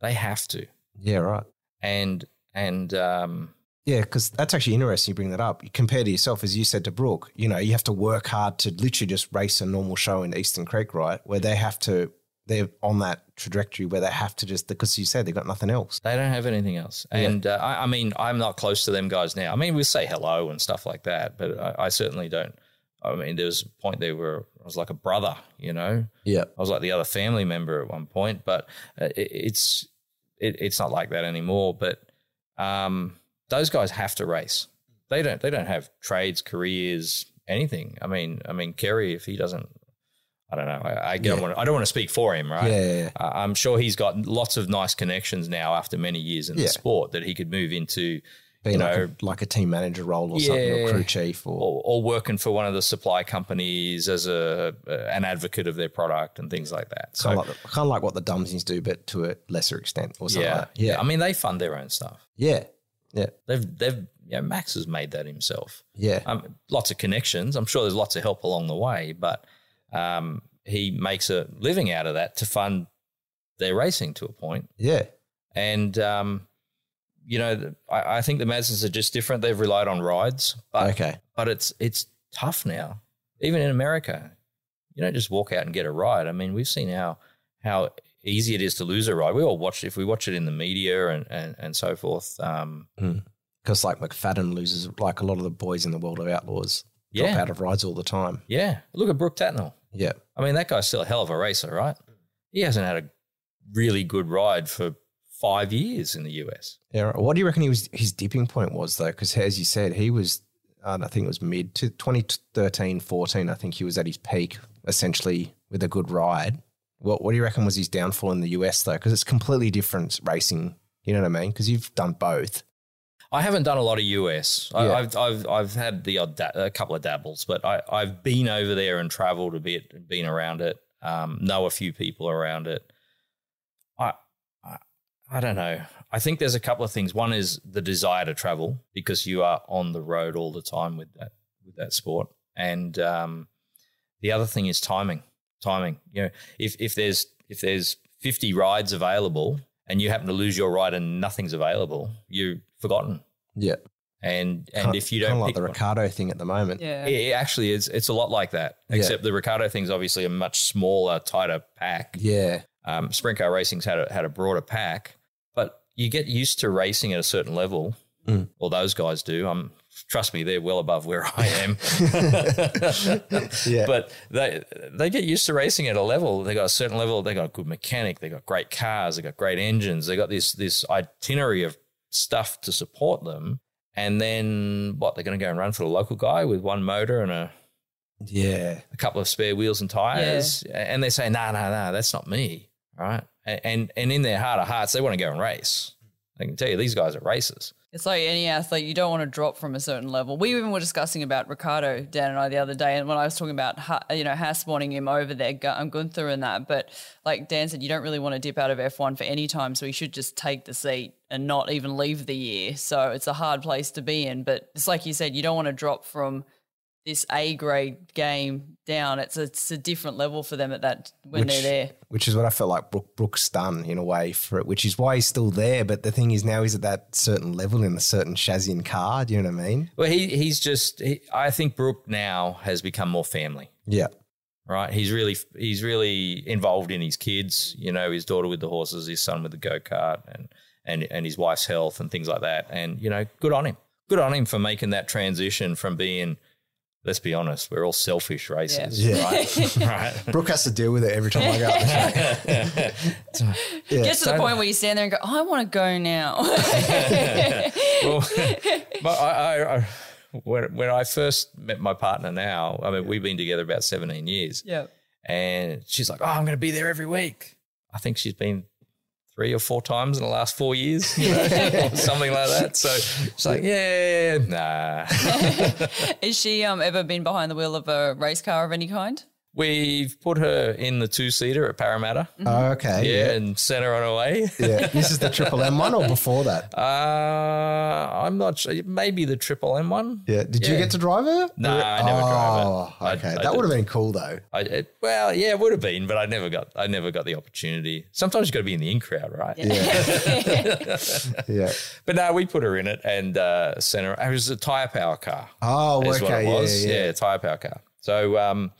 S1: They have to,
S2: Yeah, right.
S1: and and um,
S2: Yeah, because that's actually interesting you bring that up. You compare to yourself, as you said to Brooke, you know, you have to work hard to literally just race a normal show in Eastern Creek, right? Where they have to they're on that trajectory where they have to just because you said they've got nothing else.
S1: They don't have anything else. And uh, I, I mean, I'm not close to them guys now. I mean, we say hello and stuff like that, but I, I certainly don't. I mean, there was a point there where I was like a brother, you know.
S2: Yeah.
S1: I was like the other family member at one point, but uh, it, it's it, it's not like that anymore. But um, those guys have to race. They don't. They don't have trades, careers, anything. I mean, I mean, Kerry, if he doesn't, I don't know. I, I don't
S2: Yeah.
S1: want. I don't want to speak for him, right?
S2: Yeah, yeah, yeah.
S1: Uh, I'm sure he's got lots of nice connections now after many years in
S2: Yeah.
S1: the sport that he could move into
S2: Being
S1: You
S2: like,
S1: know-
S2: a, like a team manager role or something, or
S1: Yeah.
S2: crew chief or
S1: or, or working for one of the supply companies as a uh, an advocate of their product and things like that. So
S2: kind of like, the, kind of like what the Dumsies do, but to a lesser extent or something.
S1: yeah,
S2: like that. yeah,
S1: I mean, they fund their own stuff.
S2: yeah, yeah,
S1: They've they've yeah, Max has made that himself.
S2: yeah,
S1: Um, lots of connections. I'm sure there's lots of help along the way, but um, he makes a living out of that to fund their racing to a point.
S2: yeah,
S1: And um, you know, the- I, I think the Madsens are just different. They've relied on rides, but
S2: okay,
S1: but it's it's tough now. Even in America, you don't just walk out and get a ride. I mean, we've seen how how easy it is to lose a ride. We all watch if we watch it in the media and and, and so forth. Um,
S2: because like McFadden loses, like a lot of the boys in the world of outlaws drop
S1: yeah,
S2: out of rides all the time.
S1: yeah. Look at Brooke Tatnall.
S2: Yeah,
S1: I mean, that guy's still a hell of a racer, right? He hasn't had a really good ride for five years in the US.
S2: yeah. right. What do you reckon he was? His dipping point was though, because as you said, he was. uh, I think it was mid to 2013, 14. I think he was at his peak, essentially with a good ride. What What do you reckon was his downfall in the US though? Because it's completely different racing. You know what I mean? Because you've done both.
S1: I haven't done a lot of US. I,
S2: Yeah.
S1: I've, I've I've had the odd da- a couple of dabbles, but I I've been over there and travelled a bit, been around it, um, know a few people around it. I, I I don't know. I think there's a couple of things. One is the desire to travel because you are on the road all the time with that with that sport, and um, the other thing is timing. Timing. You know, if if there's if there's 50 rides available and you happen to lose your ride and nothing's available, you're forgotten.
S2: Yeah.
S1: And and if you don't
S2: kind of like
S1: pick
S2: the
S1: one-
S2: Ricardo thing at the moment.
S3: Yeah.
S1: it, it actually is it's a lot like that.
S2: Yeah.
S1: Except the Ricardo thing's obviously a much smaller, tighter pack.
S2: Yeah.
S1: Um, sprint car racing's had a, had a broader pack, but you get used to racing at a certain level,
S2: Mm.
S1: or those guys do. Um, trust me, they're well above where I am.
S2: Yeah.
S1: But they they get used to racing at a level. They got a certain level. They got a good mechanic. They got great cars. They got great engines. They got this this itinerary of stuff to support them. And then what? They're going to go and run for the local guy with one motor and a
S2: Yeah.
S1: a couple of spare wheels and tires, and they say, "No, no, no, that's not me." Right? A- And and in their heart of hearts, they want to go and race. I can tell you, these guys are racers.
S3: It's like any athlete, you don't want to drop from a certain level. We even were discussing about Ricardo, Dan and I, the other day, and when I was talking about, Ha- you know, Haas wanting him over there, Gu- um, Gunther and that, but like Dan said, you don't really want to dip out of F1 for any time, so he should just take the seat and not even leave the year. So it's a hard place to be in, but it's like you said, you don't want to drop from this A grade game down. It's a, it's a different level for them at that when
S2: Which-
S3: they're there.
S2: Which is what I felt like Brooke, Brooks done in a way for it, which is why he's still there. But the thing is now he's at that certain level in a certain Shazin car. Do you know what I mean?
S1: Well, he he's just. He, I think Brooke now has become more family.
S2: Yeah.
S1: Right? He's really he's really involved in his kids. You know, his daughter with the horses, his son with the go kart, and and and his wife's health and things like that. And you know, good on him. Good on him for making that transition from being. Let's be honest, we're all selfish racers,
S2: Yeah.
S1: right? right?
S2: Brooke has to deal with it every time I go out the track.
S3: Gets to the
S1: don't-
S3: point where you stand there and go, I want to go now.
S1: well, but I, I, I when, when I first met my partner now, I mean, we've been together about 17 years.
S3: yeah.
S1: And she's like, oh, I'm going to be there every week. I think she's been three or four times in the last four years, you know, or something like that. So she's like, yeah, nah.
S3: Has she um, ever been behind the wheel of a race car of any kind?
S1: We've put her in the two seater at Parramatta.
S2: Oh, okay.
S1: Yeah, and sent her on her way.
S2: Yeah. This is the Triple M one or before that?
S1: Uh, I'm not sure. Maybe the Triple M one.
S2: Yeah. Did you
S1: Yeah.
S2: get to drive her?
S1: No, I never drove it.
S2: Oh, okay.
S1: I, I
S2: that would have been cool though.
S1: I, it, well, yeah, it would have been, but I never got. I never got the opportunity. Sometimes you got to be in the in crowd, right?
S2: Yeah.
S1: But no, we put her in it and uh, sent her. It was a tire power car.
S2: Oh,
S1: is
S2: okay.
S1: what it was.
S2: Yeah, yeah.
S1: tire power car. So um,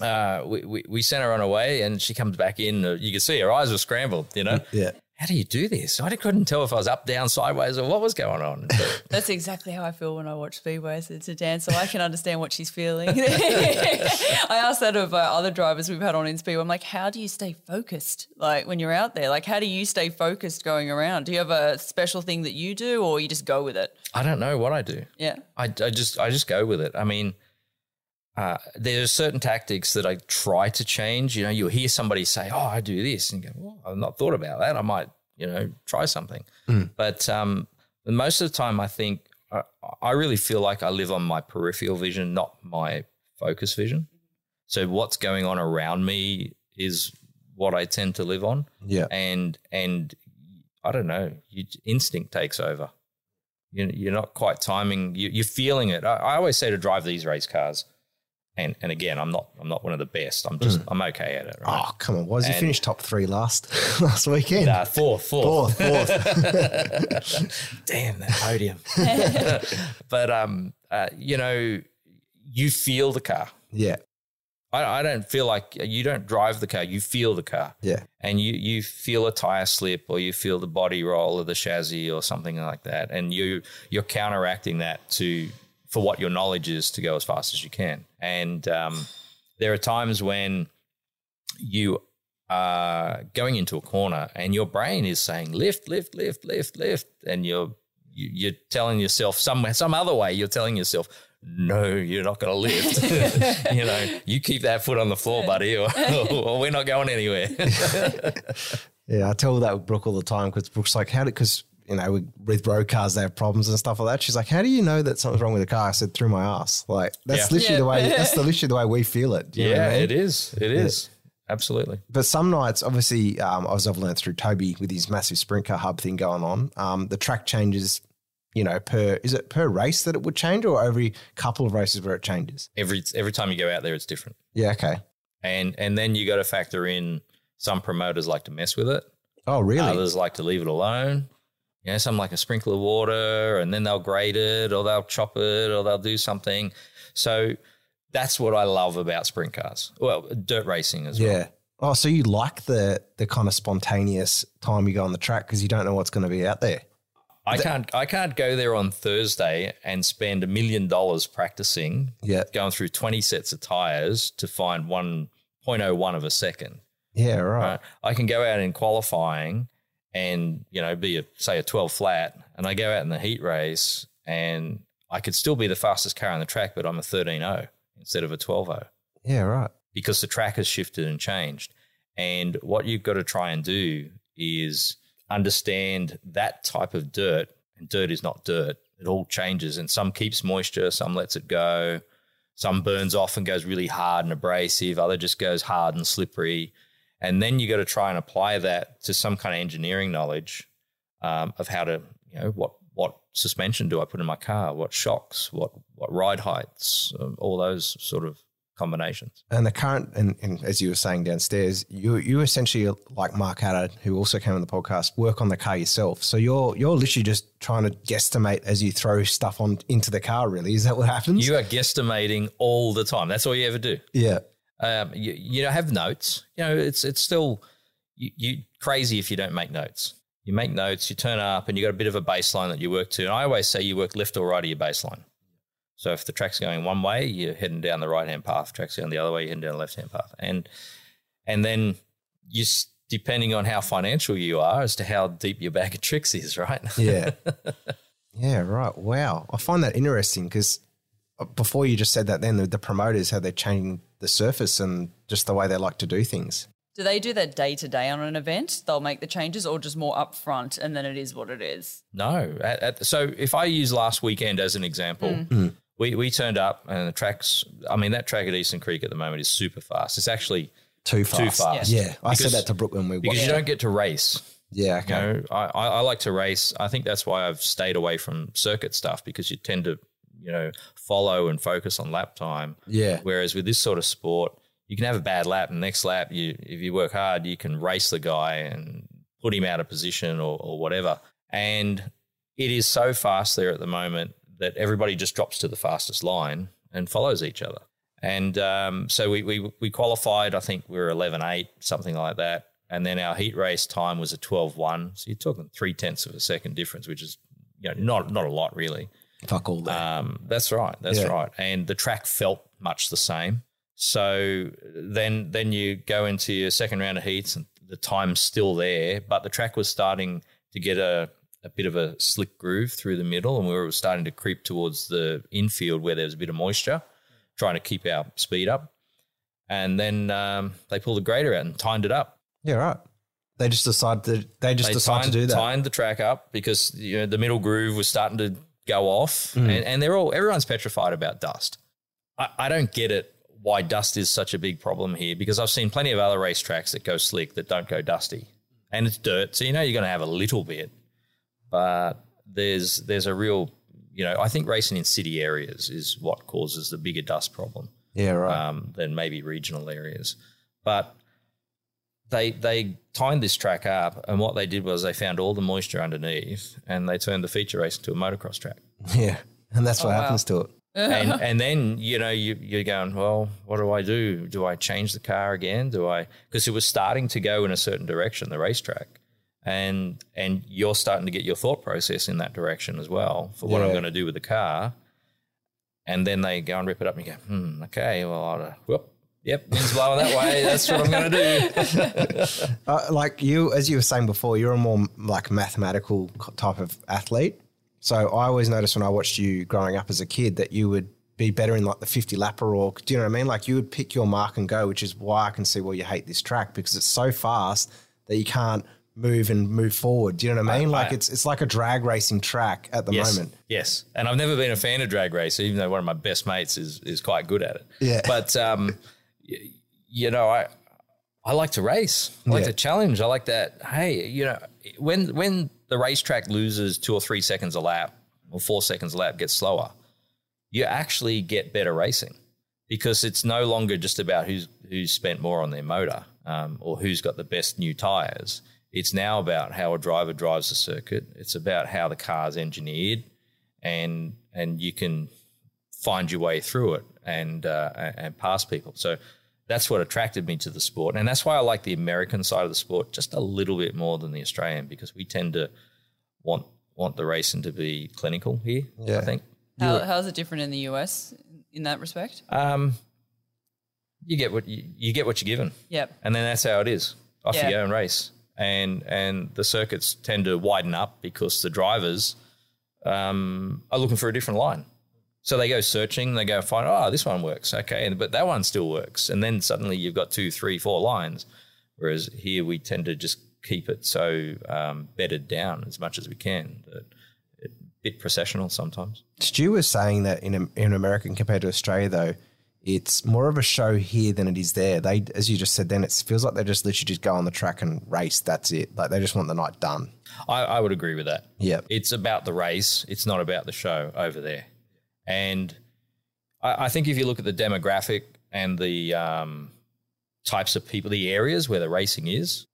S1: uh, we, we we sent her on her way, and she comes back in. uh, You can see her eyes were scrambled. You know,
S2: Yeah.
S1: how do you do this? I couldn't tell if I was up, down, sideways, or what was going on. But
S3: That's exactly how I feel when I watch Speedway. I said to Dan, so I can understand what she's feeling. I asked that of uh, other drivers we've had on in Speedway. I'm like, how do you stay focused? Like when you're out there, like how do you stay focused going around? Do you have a special thing that you do, or you just go with it?
S1: I don't know what I do.
S3: Yeah.
S1: I, I just I just go with it. I mean, uh, there are certain tactics that I try to change. You know, you'll hear somebody say, "Oh, I do this," and you go, "Well, I've not thought about that. I might, you know, try something." But um, most of the time, I think I, I really feel like I live on my peripheral vision, not my focus vision. So what's going on around me is what I tend to live on
S2: Yeah.
S1: and and I don't know, you, instinct takes over. You, you're not quite timing. You, you're feeling it. I, I always say to drive these race cars, and and again, I'm not I'm not one of the best. I'm
S2: Mm.
S1: just I'm okay at it. Right?
S2: Oh, come on. Why did you
S1: And-
S2: finish top three last last weekend?
S1: Nah, Uh, fourth, fourth.
S2: Oh. Fourth, fourth.
S1: Damn that podium. but um, uh, you know, you feel the car.
S2: yeah.
S1: I, I don't feel like you don't drive the car. You feel the car.
S2: Yeah.
S1: and you you feel a tire slip or you feel the body roll or the chassis or something like that, and you you're counteracting that to for what your knowledge is to go as fast as you can. And um, there are times when you are going into a corner and your brain is saying lift, lift, lift, lift, lift, and you're you- you're telling yourself some some other way. You're telling yourself. No, you're not going to lift. you know, you keep that foot on the floor, buddy, or, or we're not going anywhere.
S2: Yeah. I tell that with Brooke all the time because Brooke's like, how did, because you know, with, with road cars, they have problems and stuff like that. She's like, how do you know that something's wrong with the car? I said, through my ass. Like, that's
S1: Yeah.
S2: literally the way,
S3: Yeah.
S2: that's the, literally the way we feel it. Do you know what
S1: yeah,
S2: I mean?
S1: it is. It is. Absolutely.
S2: but some nights, obviously, um, as I've learned through Toby with his massive sprint car hub thing going on, um, the track changes. You know, per is it per race that it would change, or every couple of races where it changes?
S1: Every every time you go out there, it's different.
S2: Yeah. Okay.
S1: And and then you got to factor in some promoters like to mess with it.
S2: Oh, really?
S1: Others like to leave it alone. You know, some like a sprinkle of water, and then they'll grate it, or they'll chop it, or they'll do something. So that's what I love about sprint cars. Well, dirt racing as well.
S2: yeah. Oh, so you like the the kind of spontaneous time you go on the track because you don't know what's going to be out there.
S1: I can't I can't go there on Thursday and spend a million dollars practicing
S2: Yeah.
S1: going through 20 sets of tires to find 1.01 of a second.
S2: Yeah. Right.
S1: Right? I can go out in qualifying and, you know, be a, say a 12 flat and I go out in the heat race and I could still be the fastest car on the track, but I'm a 13.0 instead of a oh. 12.0
S2: Yeah. Right.
S1: because the track has shifted and changed. And what you've got to try and do is understand that type of dirt, and dirt is not dirt. It all changes, and some keeps moisture, some lets it go, some burns off and goes really hard and abrasive, other just goes hard and slippery. And then you got to try and apply that to some kind of engineering knowledge um, of how to, you know, what what suspension do I put in my car, what shocks, what what ride heights, um, all those sort of combinations.
S2: And the current, and, and as you were saying downstairs, you you essentially like Mark Haddad, who also came on the podcast, work on the car yourself. So you're you're literally just trying to guesstimate as you throw stuff on into the car. Really, is that what happens?
S1: You are guesstimating all the time. That's all you ever do.
S2: yeah,
S1: Um, you, you know, have notes. You know, it's it's still you, you crazy if you don't make notes. You make notes. You turn up, and you got a bit of a baseline that you work to. And I always say you work left or right of your baseline. So if the track's going one way, you're heading down the right hand path. Track's going the other way, you're heading down the left hand path. And and then you, s- depending on how financial you are, as to how deep your bag of tricks is, right?
S2: yeah, yeah. Right. Wow, I find that interesting because before you just said that, then the, the promoters how they're changing the surface and just the way they like to do things.
S3: Do they do that day to day on an event? They'll make the changes or just more upfront and then it is what it is.
S1: No. At, at, so if I use last weekend as an example, we, we turned up and the tracks, I mean, that track at Eastern Creek at the moment is super fast. It's actually
S2: Too fast.
S1: too fast.
S2: Yeah, I
S1: Because-
S2: said that to Brooke when we
S1: Because
S2: watched.
S1: you
S2: it.
S1: don't get to race.
S2: Yeah.
S1: You
S2: Okay.
S1: know, I, I, I like to race. I think that's why I've stayed away from circuit stuff because you tend to, you know, follow and focus on lap time.
S2: Yeah.
S1: Whereas with this sort of sport, you can have a bad lap, and next lap, you if you work hard, you can race the guy and put him out of position or, or whatever. And it is so fast there at the moment that everybody just drops to the fastest line and follows each other. And um, so we, we we qualified. I think we were 11-8, something like that. And then our heat race time was a 12-1. So you're talking three tenths of a second difference, which is you know, not not a lot really.
S2: Fuck all that.
S1: Um, that's right. That's
S2: Yeah.
S1: right. And the track felt much the same. So then then you go into your second round of heats and the time's still there, but the track was starting to get a, a bit of a slick groove through the middle and we were starting to creep towards the infield where there was a bit of moisture, trying to keep our speed up. And then um, they pulled the grader out and timed it up.
S2: yeah. Right. They just decide to. They just
S1: They
S2: decide
S1: timed,
S2: to do that.
S1: timed the track up because you know, the middle groove was starting to go off,
S2: Mm.
S1: and, and they're all everyone's petrified about dust. I, I don't get it why dust is such a big problem here because I've seen plenty of other racetracks that go slick that don't go dusty, and it's dirt, so you know you're going to have a little bit, but there's there's a real you know I think racing in city areas is what causes the bigger dust problem
S2: Yeah. Right.
S1: um, than maybe regional areas. But they they timed this track up, and what they did was they found all the moisture underneath, and they turned the feature race into a motocross track.
S2: Yeah. And that's what
S3: wow.
S2: happens to it.
S1: and and then you know you you're going well, what do I do? Do I change the car again? Do I because it was starting to go in a certain direction, the racetrack. And and you're starting to get your thought process in that direction as well for what I'm
S2: Yeah.
S1: going to do with the car, and then they go and rip it up and you go, hmm, okay, well, I'll, whoop, yep, wind's blowing that way. That's what I'm going to do.
S2: Uh, like you, as you were saying before, you're a more like mathematical co- type of athlete. So I always noticed when I watched you growing up as a kid that you would be better in like the 50 lapper or do you know what I mean? Like you would pick your mark and go, which is why I can see why you hate this track because it's so fast that you can't move and move forward. Do you know what I mean?
S1: I-
S2: like
S1: I-
S2: it's it's like a drag racing track at the
S1: yes,
S2: moment.
S1: Yes, and I've never been a fan of drag race, even though one of my best mates is is quite good at it.
S2: Yeah.
S1: but um, y- you know, I I like to race. I like
S2: Yeah.
S1: to challenge. I like that. Hey, you know, when when the racetrack loses two or three seconds a lap or four seconds a lap, gets slower, you actually get better racing because it's no longer just about who's who's spent more on their motor um, or who's got the best new tires. It's now about how a driver drives the circuit. It's about how the car's engineered, and and you can find your way through it and uh, and pass people. So that's what attracted me to the sport, and that's why I like the American side of the sport just a little bit more than the Australian because we tend to want want the racing to be clinical here.
S2: Yeah.
S1: I think.
S3: How, how's it different in the US in that respect?
S1: Um, you get what you, you get what you're given,
S3: Yep.
S1: and then that's how it is. Off
S3: Yeah.
S1: you go and race, and and the circuits tend to widen up because the drivers um, are looking for a different line. So they go searching, they go find, oh, this one works, okay, and, but that one still works, and then suddenly you've got two, three, four lines. Whereas here we tend to just keep it so um, bedded down as much as we can. That it, bit processional sometimes.
S2: Stu was saying that in in America compared to Australia, though, it's more of a show here than it is there. They, as you just said, then it feels like they just literally just go on the track and race. That's it. Like they just want the night done.
S1: I, I would agree with that.
S2: Yeah.
S1: It's about the race. It's not about the show over there. And I, I think if you look at the demographic and the um, types of people, the areas where the racing is,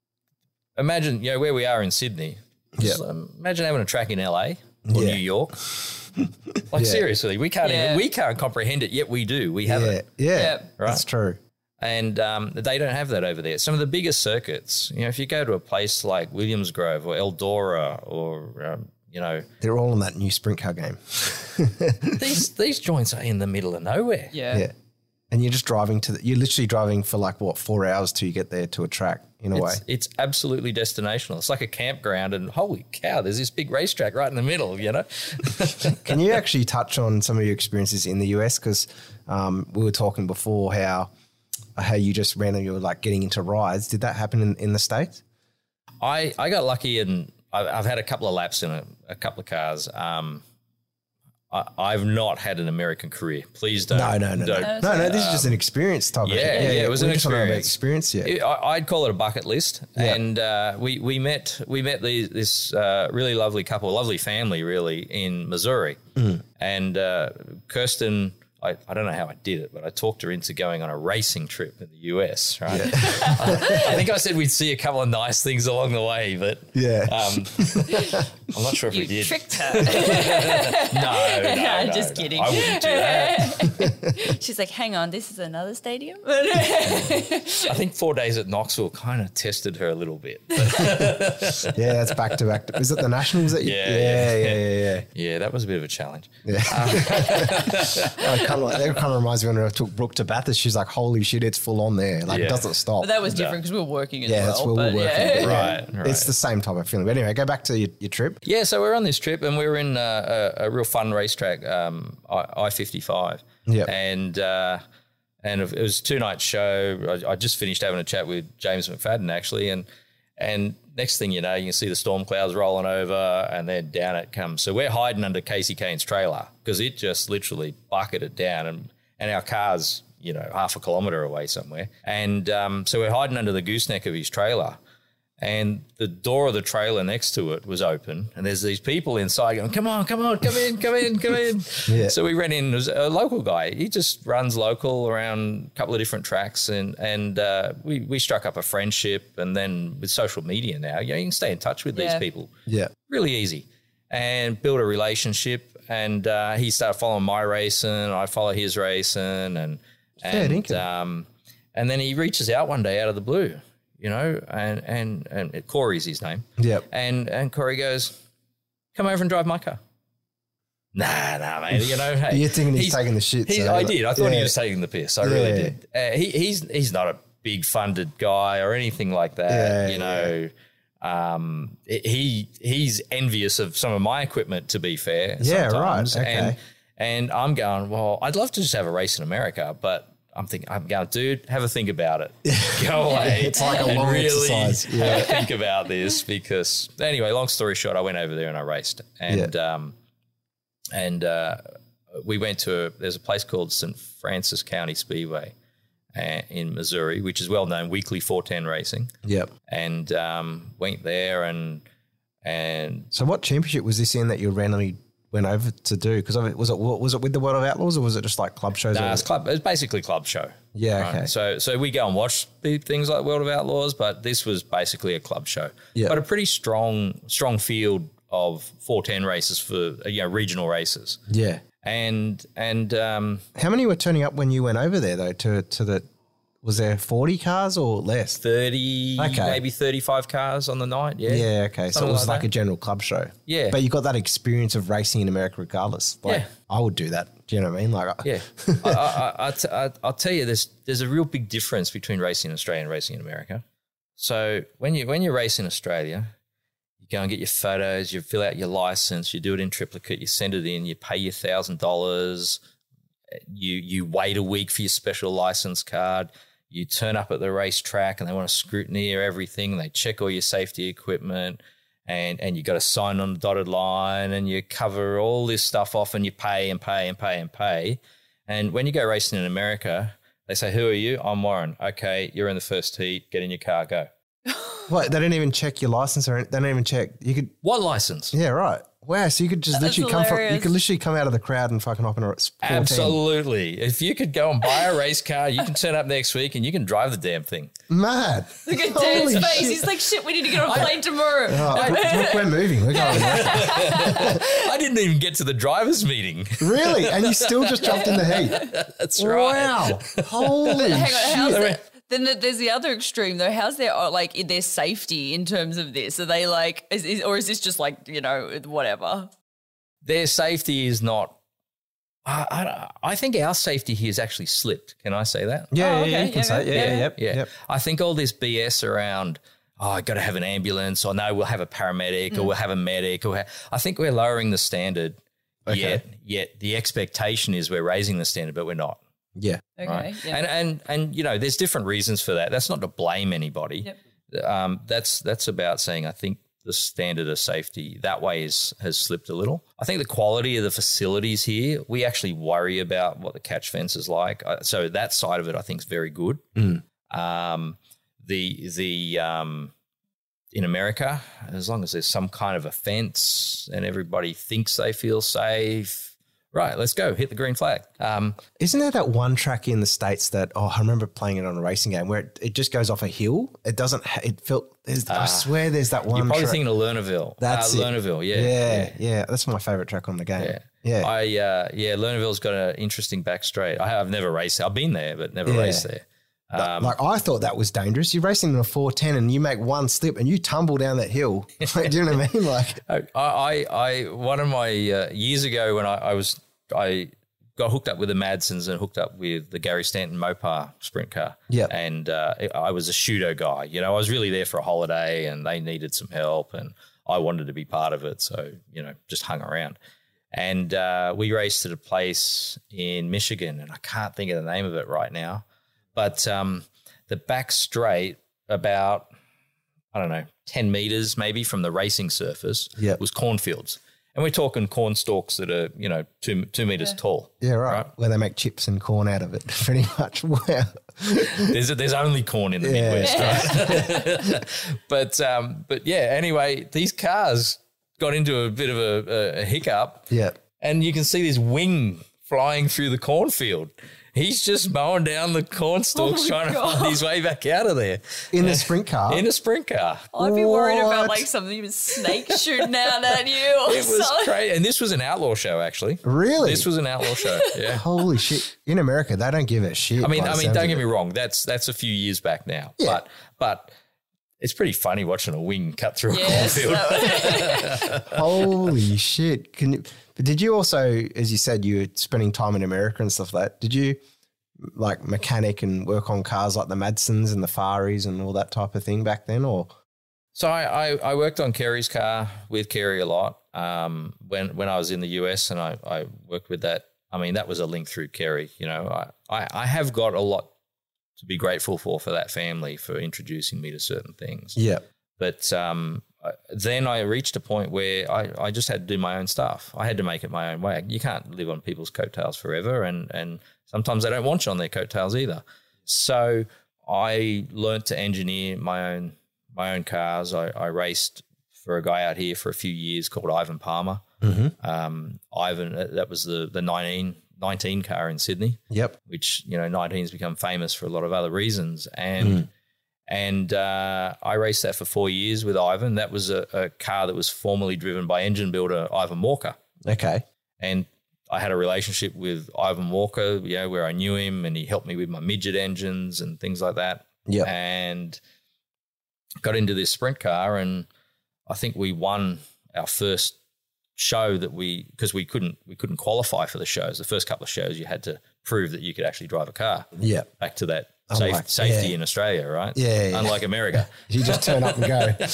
S1: imagine, you know, where we are in Sydney. Just, um, imagine having a track in LA or
S2: Yeah.
S1: New York. like seriously, we can't
S3: Yeah.
S1: even, we can't comprehend it. Yet we do. We have
S2: yeah,
S1: it
S2: yeah,
S3: Yeah.
S2: That's true.
S1: and um, they don't have that over there. Some of the biggest circuits, you know, if you go to a place like Williams Grove or Eldora or um, you know
S2: They're all in that new sprint car game.
S1: these these joints are in the middle of nowhere.
S3: Yeah.
S2: Yeah. And you're just driving to the, you're literally driving for like what four hours till you get there to a track in a way.
S1: It's, it's absolutely destinational. It's like a campground, and holy cow, there's this big racetrack right in the middle. You know,
S2: Can you actually touch on some of your experiences in the US? Because um, we were talking before how how you just randomly were like getting into rides. Did that happen in, in the states?
S1: I, I got lucky and I've, I've had a couple of laps in a, a couple of cars. Um, I, I've not had an American career. Please don't.
S2: No, no, no, no,
S1: don't-
S2: no, no. This is just an experience topic.
S1: yeah, yeah, it was
S2: we
S1: an
S2: just wanna know about
S1: experience.
S2: Experience, yeah.
S1: It- I- I'd call it a bucket list.
S2: Yeah.
S1: And uh, we we met we met these, this uh, really lovely couple, lovely family, really in Missouri.
S2: Mm-hmm.
S1: And uh, Kirsten, I, I don't know how I did it, but I talked her into going on a racing trip in the US. Right? I think I said we'd see a couple of nice things along the way, but
S2: yeah.
S1: um, I'm not sure if we
S3: You
S1: did.
S3: tricked her.
S1: no, no,
S3: No,
S1: no,
S3: just
S1: no.
S3: kidding.
S1: I wouldn't do that.
S3: She's like, hang on, this is another stadium?
S1: I think four days at Knoxville kind of tested her a little bit.
S2: yeah, that's back to back. to- Is it the Nationals that you?
S1: Yeah, yeah,
S2: yeah, yeah, yeah. yeah.
S1: Yeah, that was a bit of a challenge.
S2: It kind of like, that kind of reminds me when I took Brooke to Bathurst. She's like, "Holy shit, it's full on there! Like it
S1: Yeah.
S2: doesn't stop."
S3: But that was different because we were working as
S2: yeah,
S3: well.
S2: that's where
S3: but
S2: we're working.
S3: yeah.
S2: but yeah,
S1: Right, right.
S2: It's the same type of feeling. But anyway, go back to your, your trip.
S1: Yeah, so we're on this trip and we were in uh, a, a real fun racetrack, um, I fifty five.
S2: Yep.
S1: and uh, and it was a two night show. I, I just finished having a chat with James McFadden actually, and and next thing you know, you can see the storm clouds rolling over, and then down it comes. So we're hiding under Casey Kane's trailer because it just literally bucketed down, and and our cars, you know, half a kilometer away somewhere, and um, so we're hiding under the gooseneck of his trailer and the door of the trailer next to it was open, and there's these people inside going, "Come on, come on, come in, come in, come in."
S2: Yeah.
S1: So we ran in. It was a local guy. He just runs local around a couple of different tracks, and and uh, we we struck up a friendship, and then with social media now, you, know, you can stay in touch with these
S3: Yeah.
S1: people
S2: Yeah,
S1: really easy and build a relationship. And uh, he started following my racing, I follow his racing, and and
S2: dinkum.
S1: um, and then he reaches out one day out of the blue, you know, and and and Corey's his name.
S2: Yep.
S1: And and Corey goes, "Come over and drive my car." Nah, nah, mate. You know, hey,
S2: You're thinking he's taking the shit,
S1: he's-
S2: so,
S1: I
S2: like,
S1: did. I thought
S2: yeah.
S1: he was taking the piss. I really
S2: Yeah.
S1: did. Uh, he, he's he's not a big funded guy or anything like that.
S2: Yeah,
S1: you know, um, he he's envious of some of my equipment. To be fair,
S2: Yeah, right,
S1: sometimes.
S2: okay.
S1: And and I'm going. Well, I'd love to just have a race in America, but I'm thinking, I'm going, dude, have a think about it. Go away.
S5: It's like a
S1: and
S5: long exercise. Yeah.
S1: have a think about this because anyway, long story short, I went over there and I raced and, um, and, uh, we went to a, there's a place called St. Francis County Speedway uh, in Missouri, which is well known weekly 410 racing
S2: Yep.
S1: and, um, went there and, and
S2: So what championship was this in that you randomly went over to do? Because was it was it with the World of Outlaws or was it just like club shows?
S1: Nah, it's club. It's basically club show.
S2: Yeah, okay.
S1: So so we go and watch the things like World of Outlaws, but this was basically a club show.
S2: Yeah.
S1: But a pretty strong strong field of four ten races for uh, you know regional races,
S2: yeah.
S1: and and um,
S2: How many were turning up when you went over there though? To to the was there forty cars or less?
S1: thirty
S2: Okay.
S1: maybe thirty five cars on the night. Yeah.
S2: Yeah, okay. so
S1: Something
S2: it was
S1: like
S2: like, a general club show.
S1: Yeah.
S2: But you got that experience of racing in America regardless. Like
S1: Yeah.
S2: I would do that. Do you know what I mean? Like I-
S1: Yeah, I, I, I, I t- I, I'll tell you, there's there's a real big difference between racing in Australia and racing in America. So when you when you race in Australia, you go and get your photos, you fill out your license, you do it in triplicate, you send it in, you pay your thousand dollars, you you wait a week for your special license card, you turn up at the racetrack, and they want to scrutineer everything, they check all your safety equipment. And, and you got to sign on the dotted line and you cover all this stuff off and you pay and pay and pay and pay. And when you go racing in America, they say, Who are you? I'm Warren. Okay, you're in the first heat. Get in your car, go.
S2: What they didn't even check your license or any- they don't even check. You could
S1: What license?
S2: yeah, right. Wow, so you could just
S3: That's
S2: literally come from, you
S3: hilarious.
S2: could literally come out of the crowd and fucking hop in a it's 14.
S1: Absolutely. If you could go and buy a race car, you can turn up next week and you can drive the damn thing.
S2: Mad.
S3: Look at
S2: Holy
S3: Dan's face.
S2: shit.
S3: He's like, shit, we need to get on a plane tomorrow.
S2: Oh, Brooke, Brooke, we're moving. We're going.
S1: I didn't even get to the driver's meeting.
S2: Really? And you still just jumped in the heat?
S1: That's
S2: Wow. Holy
S3: Hang on, how's
S2: shit.
S3: that? Then the- there's the other extreme though. How's their uh, like in their safety in terms of this? Are they like, is, is, or is this just like you know whatever?
S1: Their safety is not. I, I, I think our safety here has actually slipped. Can I say that?
S2: Yeah, yeah, yeah,
S3: Oh, okay.
S2: you can
S3: Yeah,
S2: say it.
S3: yeah,
S2: Yeah, yeah,
S3: yeah,
S2: yep,
S1: Yeah.
S2: yep.
S1: I think all this BS around, oh, I got to have an ambulance, or no, we'll have a paramedic,
S2: Mm.
S1: or we'll have a medic, or ha- I think we're lowering the standard.
S2: Okay.
S1: Yet, yet the expectation is we're raising the standard, but we're not.
S2: Yeah.
S3: Okay,
S1: Right.
S3: yeah.
S1: And and and you know, there's different reasons for that. That's not to blame anybody. Um, that's that's about saying I think the standard of safety that way is has slipped a little. I think the quality of the facilities here, we actually worry about what the catch fence is like. Uh, So that side of it, I think, is very good. Um, the the um, in America, as long as there's some kind of a fence and everybody thinks they feel safe, right? Let's go hit the green flag. Um,
S2: Isn't there that one track in the states that oh I remember playing it on a racing game where it, it just goes off a hill? It doesn't. ha- It felt. There's, I swear, there's that one.
S1: Ah, You're probably
S2: track.
S1: thinking of Lernerville.
S2: That's
S1: uh,
S2: it.
S1: Lernerville, yeah.
S2: yeah, yeah, That's my favorite track on the game.
S1: Yeah.
S2: Yeah, yeah.
S1: I uh, yeah, Lernerville's got an interesting back straight. I have never raced. I've been there, but never
S2: Yeah.
S1: raced there.
S2: like
S1: um,
S2: I thought that was dangerous. You're racing in a 410 and you make one slip and you tumble down that hill. Like, do you know what I mean? Like,
S1: I, I, I one of my uh, years ago when I, I was I got hooked up with the Madsons and hooked up with the Gary Stanton Mopar sprint car.
S2: Yep.
S1: and uh, I was a shooter guy. You know, I was really there for a holiday, and they needed some help, and I wanted to be part of it. So you know, just hung around. And uh, we raced at a place in Michigan, and I can't think of the name of it right now. But um, the back straight, about I don't know, 10 meters maybe from the racing surface
S2: Yep.
S1: was cornfields. And we're talking corn stalks that are, you know, two, two meters tall.
S2: yeah, right. Where they make chips and corn out of it, pretty much. Wow.
S1: There's, there's only corn in the Midwest, right? but, um, but yeah, anyway, these cars got into a bit of a, a, a hiccup
S2: Yeah.
S1: and you can see this wing flying through the cornfield. He's just mowing down the corn stalks
S3: Oh my
S1: trying to
S3: God.
S1: find his way back out of there
S2: In the sprint car.
S1: in a sprint car.
S3: I'd be worried about
S2: What?
S3: like something even snake shooting out at you. Or
S1: It was
S3: something.
S1: crazy. And this was an outlaw show, actually.
S2: really?
S1: This was an outlaw show. Yeah.
S2: Holy shit! In America, they don't give a shit.
S1: I mean,
S2: by the
S1: I mean,
S2: sounds
S1: don't
S2: of
S1: get
S2: it.
S1: me wrong. That's that's a few years back now.
S2: Yeah.
S1: But but it's pretty funny watching a wing cut through
S3: Yes,
S1: a cornfield.
S3: that-
S2: Holy shit! Can you, but did you also, as you said, you were spending time in America and stuff like that? Did you like mechanic and work on cars like the Madsons and the Faris and all that type of thing back then? Or
S1: So I, I, I worked on Kerry's car with Kerry a lot um, when when I was in the US, and I, I worked with that I mean, that was a link through Kerry. You know, I, I, I have got a lot to be grateful for for that family for introducing me to certain things.
S2: Yeah.
S1: But um, I- then I reached a point where I, I just had to do my own stuff. I had to make it my own way. You can't live on people's coattails forever, and and sometimes they don't want you on their coattails either. So I learnt to engineer my own my own cars. I, I raced for a guy out here for a few years called Ivan Palmer. Um, Ivan, uh, that was the the 19, 19 car in Sydney
S2: Yep.
S1: which you know 19's become famous for a lot of other reasons and and uh, i raced that for four years with ivan that was a, a car that was formerly driven by engine builder ivan walker
S2: Okay.
S1: and i had a relationship with ivan walker you know where i knew him and he helped me with my midget engines and things like that
S2: Yep.
S1: and got into this sprint car and i think we won our first show that we because we couldn't we couldn't qualify for the shows the first couple of shows you had to prove that you could actually drive a car
S2: Yep.
S1: back to that safe,
S2: Unlike-
S1: safety
S2: Oh yeah.
S1: in australia right
S2: Yeah, yeah, yeah.
S1: unlike america
S2: You just turn up and go.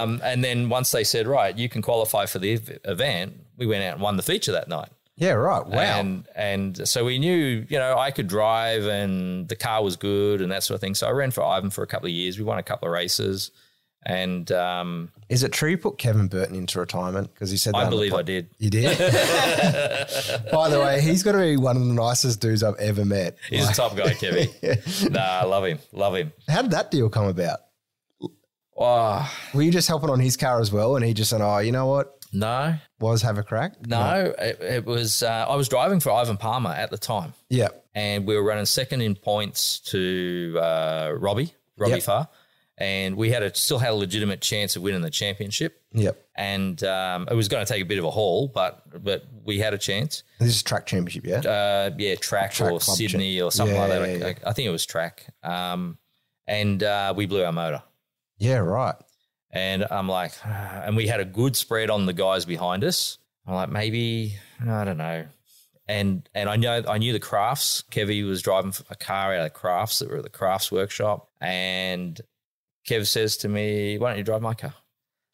S1: um, and then once they said right you can qualify for the ev- event we went out and won the feature that night
S2: Yeah. Right. Wow.
S1: and and so we knew, you know, I could drive and the car was good and that sort of thing. So I ran for Ivan for a couple of years. We won a couple of races. And um,
S2: Is it true you put Kevin Burton into retirement because he said? that
S1: I
S2: on the
S1: believe
S2: pod-
S1: I did.
S2: You did. By the way, he's got to be one of the nicest dudes I've ever met.
S1: He's a top guy, Kevin. nah, I love him. Love him.
S2: How did that deal come about?
S1: Oh,
S2: Were you just helping on his car as well, and he just said, "Oh, you know what?
S1: no,
S2: Was have a crack."
S1: no. It, it was, uh, I was driving for Ivan Palmer at the time.
S2: Yeah.
S1: and we were running second in points to uh, Robbie, Robbie
S2: Yep.
S1: Farr, and we had a, still had a legitimate chance of winning the championship.
S2: Yep.
S1: And um, it was going to take a bit of a haul, but but we had a chance.
S2: This is track championship, yeah.
S1: Uh, yeah, track,
S2: Track
S1: or
S2: club
S1: Sydney
S2: cha-
S1: or something like
S2: Yeah,
S1: that.
S2: yeah,
S1: I, I think it was track. Um, and uh, we blew our motor.
S2: yeah. Right.
S1: And I'm like, "Ah," and we had a good spread on the guys behind us. I'm like, maybe I don't know. And and I know I knew the crafts. Kevy was driving a car out of crafts that were at the crafts workshop. And Kev says to me, "Why don't you drive my car?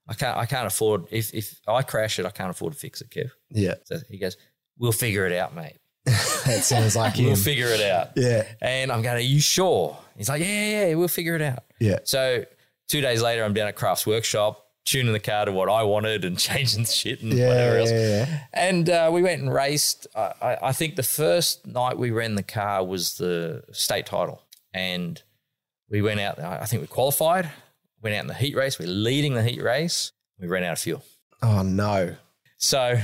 S1: I can't I can't afford if if I crash it, I can't afford to fix it, Kev."
S2: Yeah.
S1: So he goes, "We'll figure it out, mate.
S2: That sounds like him.
S1: We'll figure it out."
S2: yeah.
S1: And I'm going, "Are you sure?" He's like, "Yeah, yeah, yeah, we'll figure it out."
S2: Yeah.
S1: So two days later, I'm down at Crafts Workshop, tuning the car to what I wanted and changing shit and
S2: Yeah.
S1: whatever
S2: yeah,
S1: else.
S2: yeah.
S1: And uh, we went and raced. I, I, I think the first night we ran the car was the state title, and we went out. I I think we qualified. Went out in the heat race. We're leading the heat race. We ran out of fuel.
S2: Oh no.
S1: So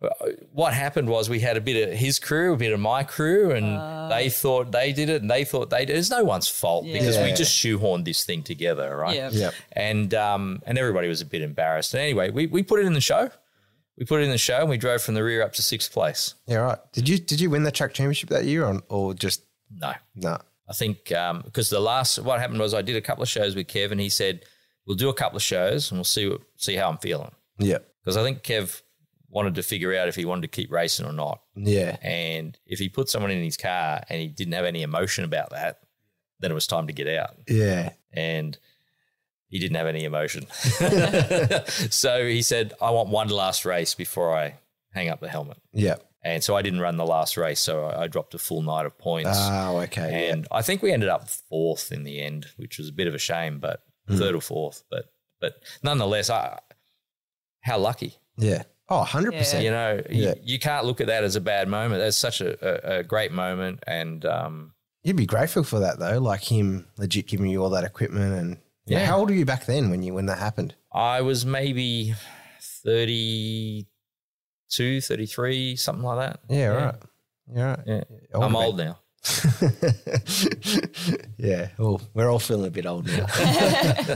S1: uh, what happened was we had a bit of his crew, a bit of my crew, and they thought they did it, and they thought they did. it. It's no one's fault because we
S2: Yeah.
S1: just shoehorned this thing together, right?
S3: Yeah.
S2: Yep.
S1: and um, and everybody was a bit embarrassed. And anyway, we, we put it in the show. We put it in the show, and we drove from the rear up to sixth place.
S2: Yeah. Right. Did you did you win the track championship that year, or, or just
S1: No,
S2: no?
S1: I think because the last what happened was I did a couple of shows with Kev, and he said we'll do a couple of shows and we'll see what, see how I'm feeling
S2: Yeah.
S1: because I think Kev wanted to figure out if he wanted to keep racing or not.
S2: Yeah.
S1: And if he put someone in his car and he didn't have any emotion about that, then it was time to get out.
S2: Yeah.
S1: and he didn't have any emotion. so he said, I want one last race before I hang up the helmet.
S2: Yeah.
S1: And so I didn't run the last race. So I I dropped a full night of points.
S2: Oh, okay.
S1: and I think we ended up fourth in the end, which was a bit of a shame, but third or fourth. But but nonetheless, I, how lucky.
S2: Yeah. yeah. Oh, 100%.
S1: You know,
S2: Yeah.
S1: you, you can't look at that as a bad moment. That's such a, a, a great moment. And um,
S2: You'd be grateful for that though, like him legit giving you all that equipment and
S1: Yeah.
S2: How old were you back then when you when that happened?
S1: I was maybe 32, 33, something like that.
S2: Yeah, right. Yeah, right.
S1: Yeah.
S2: I
S1: I'm
S2: would've been-
S1: old now.
S2: yeah. Well, we're all feeling a bit old now,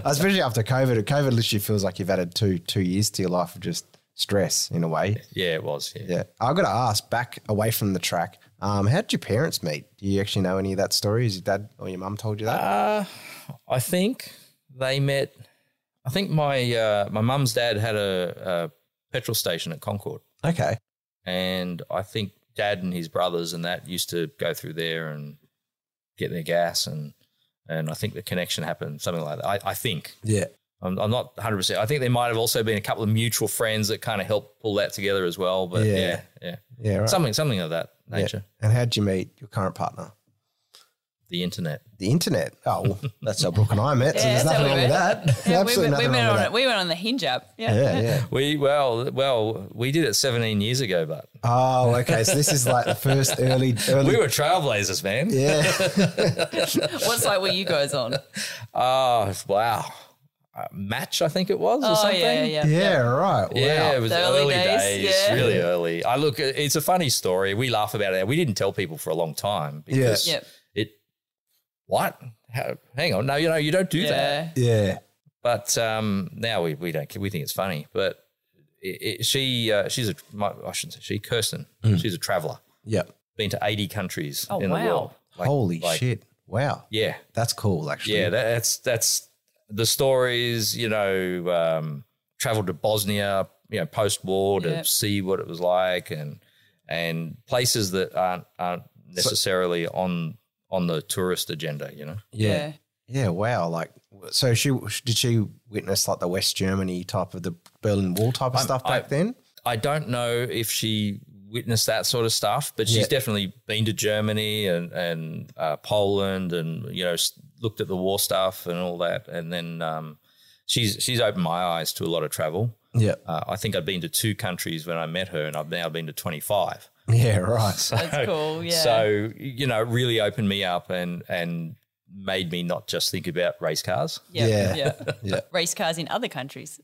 S2: especially after COVID. COVID literally feels like you've added two two years to your life of just stress in a way.
S1: Yeah, it was. Yeah.
S2: Yeah. I've got to ask, back away from the track, um, how did your parents meet? Do you actually know any of that story? Is your dad or your mum told you that?
S1: Uh, I think they met. I think my uh, my mum's dad had a, a petrol station at Concord,
S2: okay.
S1: and I think dad and his brothers and that used to go through there and get their gas and and I think the connection happened something like that. I, I think
S2: Yeah.
S1: I'm, I'm not 100. percent I think there might have also been a couple of mutual friends that kind of helped pull that together as well. But
S2: Yeah.
S1: yeah, yeah,
S2: Yeah, right.
S1: something something of that
S2: Yeah.
S1: nature.
S2: And how'd you meet your current partner?
S1: The internet.
S2: The internet. Oh, well, that's how Brooke and I met. so
S3: Yeah,
S2: there's
S3: that's
S2: nothing
S3: how
S2: wrong
S3: we
S2: with that.
S3: met. Yeah, we,
S2: Absolutely
S3: went- we
S2: nothing
S3: went
S2: wrong
S3: on
S2: with
S3: it. We went on the hinge app. Yeah.
S2: that. Yeah, yeah.
S1: We well well we did it 17 years ago, but
S2: Oh, okay. So this is like the first early, early.
S1: we were trailblazers, man.
S2: yeah.
S3: what site were you guys on?
S1: Oh wow, Uh, match I think it was or
S3: Oh
S1: something.
S3: yeah, yeah,
S2: Yeah, right. Wow.
S1: Yeah, it was
S3: The early
S1: early,
S3: days,
S1: days,
S3: yeah.
S1: really early. I look, uh, it's a funny story. We laugh about it. We didn't tell people for a long time because
S3: Yep.
S1: it, what? How, hang on. No, you know, you don't do that.
S3: yeah.
S2: Yeah.
S1: But um, now we, we don't, we think it's funny. But it, it, she, uh, she's a, my, I shouldn't say she, Kirsten, she's a traveler,
S2: Yep.
S1: been to 80 countries
S3: Oh,
S1: in
S3: wow.
S1: the world. Like-
S2: Holy
S1: like-
S2: shit. Wow.
S1: Yeah.
S2: That's cool, actually.
S1: Yeah, that, that's that's the stories. You know, um, traveled to Bosnia, you know, post war to
S3: Yeah.
S1: see what it was like, and and places that aren't aren't necessarily on on the tourist agenda. You know,
S2: yeah. Yeah, Wow. Like, so she did she witness like the West Germany type of the Berlin Wall type of
S1: I'm-
S2: stuff back
S1: I-
S2: then?
S1: I don't know if she witnessed that sort of stuff, but she's
S2: Yeah.
S1: definitely been to Germany and and uh, Poland, and you know, s- looked at the war stuff and all that, and then. Um, She's, she's opened my eyes to a lot of travel.
S2: Yeah.
S1: Uh, I think I'd been to two countries when I met her, and I've now been to 25.
S2: Yeah. Right.
S3: That's cool. Yeah.
S1: So, you know, it really opened me up and, and made me not just think about race cars.
S3: yeah.
S2: Yeah.
S3: yeah.
S2: Yeah.
S3: Race cars in other countries.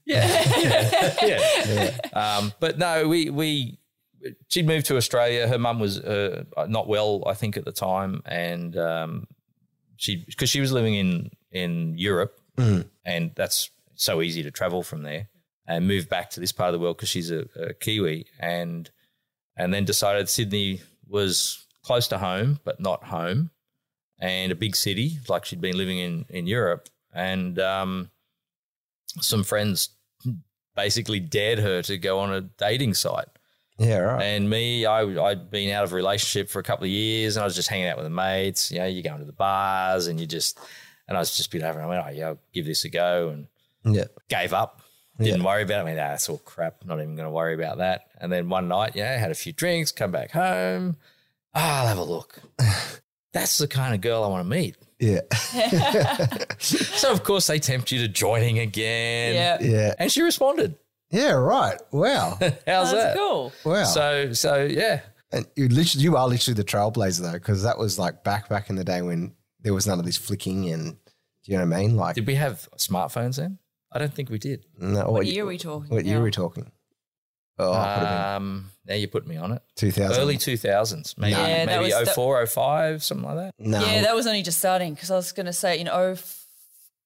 S1: yeah. Um, but no, we we she moved to Australia. Her mum was uh, not well, I think, at the time, and um, she because she was living in in Europe, and that's so easy to travel from there, and moved back to this part of the world because she's a, a Kiwi, and and then decided Sydney was close to home, but not home, and a big city like she'd been living in in Europe, and um, some friends basically dared her to go on a dating site.
S2: Yeah. Right.
S1: And me, I, I'd been out of a relationship for a couple of years and I was just hanging out with the mates. You know, you're going to the bars and you just, and I was just a bit over. I went, oh, yeah, I'll give this a go and
S2: Yeah.
S1: gave up. Didn't worry about it. I mean, nah, that's all crap. Not even going to worry about that. And then one night, yeah, had a few drinks, come back home. "Ah, I'll have a look. That's the kind of girl I want to meet.
S2: Yeah.
S1: So, of course, they tempt you to joining again.
S3: yeah.
S2: Yeah.
S1: And she responded.
S2: Yeah. Right. Wow.
S1: How's
S3: Oh, That's
S1: that?
S3: cool.
S2: Wow.
S1: So, so yeah,
S2: And you literally, you are literally the trailblazer though, because that was like back back in the day when there was none of this flicking and do you know what I mean? Like,
S1: Did we have smartphones then? I don't think we did.
S2: no, what,
S3: What
S2: ye-
S3: year are we talking?
S2: What year
S3: now?
S2: are we talking? Oh, it could have been
S1: Um, now you put me on it.
S2: two thousand.
S1: Early 2000s, maybe,
S3: Yeah, that
S1: maybe
S3: was the-
S1: 04, 05, something like that.
S2: No,
S3: Yeah, that was only just starting because I was going to say in oh,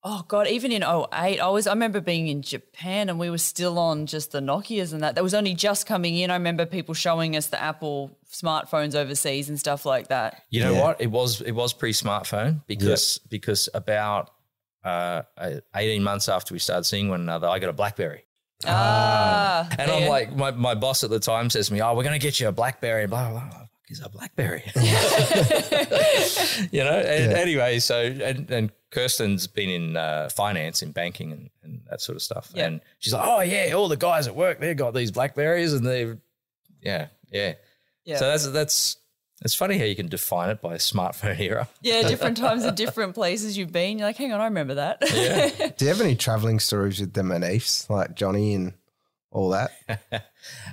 S3: oh god, even in 08, I was I remember being in Japan and we were still on just the Nokia's and that. That was only just coming in. I remember people showing us the Apple smartphones overseas and stuff like that.
S1: You know
S2: Yeah.
S1: what? It was it was pre-smartphone because because about uh, uh, 18 months after we started seeing one another, I got a BlackBerry.
S3: Ah,
S1: And I'm
S3: yeah.
S1: like, my, my boss at the time says to me, Oh, we're going to get you a Blackberry. Blah, blah, blah. Is a Blackberry. you know, and anyway, so, and, and Kirsten's been in uh, finance, in banking, and, and that sort of stuff.
S3: Yeah.
S1: And she's like, Oh, yeah, all the guys at work, they've got these Blackberries and they've, yeah, yeah.
S3: yeah.
S1: So that's, that's, it's funny how you can define it by smartphone era.
S3: yeah, different times and different places you've been. You're like, hang on, I remember that. Yeah.
S2: Do you have any traveling stories with the Manifs, like Johnny and all that?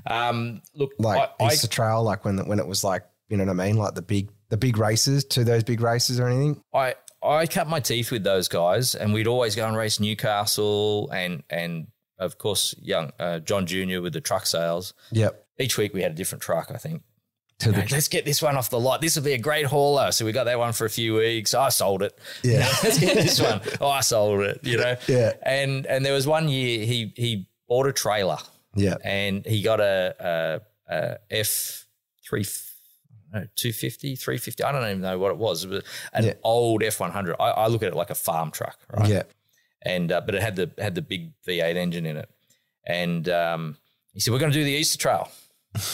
S1: Um, look,
S2: Like
S1: I, I,
S2: Easter Trail, like when when it was like you know what I mean, like the big the big races to those big races or anything.
S1: I I cut my teeth with those guys, and we'd always go and race Newcastle, and and of course young uh, John Junior with the truck sales.
S2: Yep.
S1: Each week we had a different truck. I think.
S2: To
S1: Like, Let's get this one off the lot. This will be a great hauler. So we got that one for a few weeks. I sold it.
S2: Yeah.
S1: No, let's get this one. Oh, I sold it. You know.
S2: Yeah.
S1: And and there was one year he he bought a trailer
S2: Yeah.
S1: and he got a, a, a F three. No, 250, 350. I don't even know what it was. It was an
S2: Yeah.
S1: old F one hundred. I I look at it like a farm truck, right?
S2: Yeah.
S1: And uh, but it had the had the big V eight engine in it. And um, he said, "We're going to do the Easter Trail."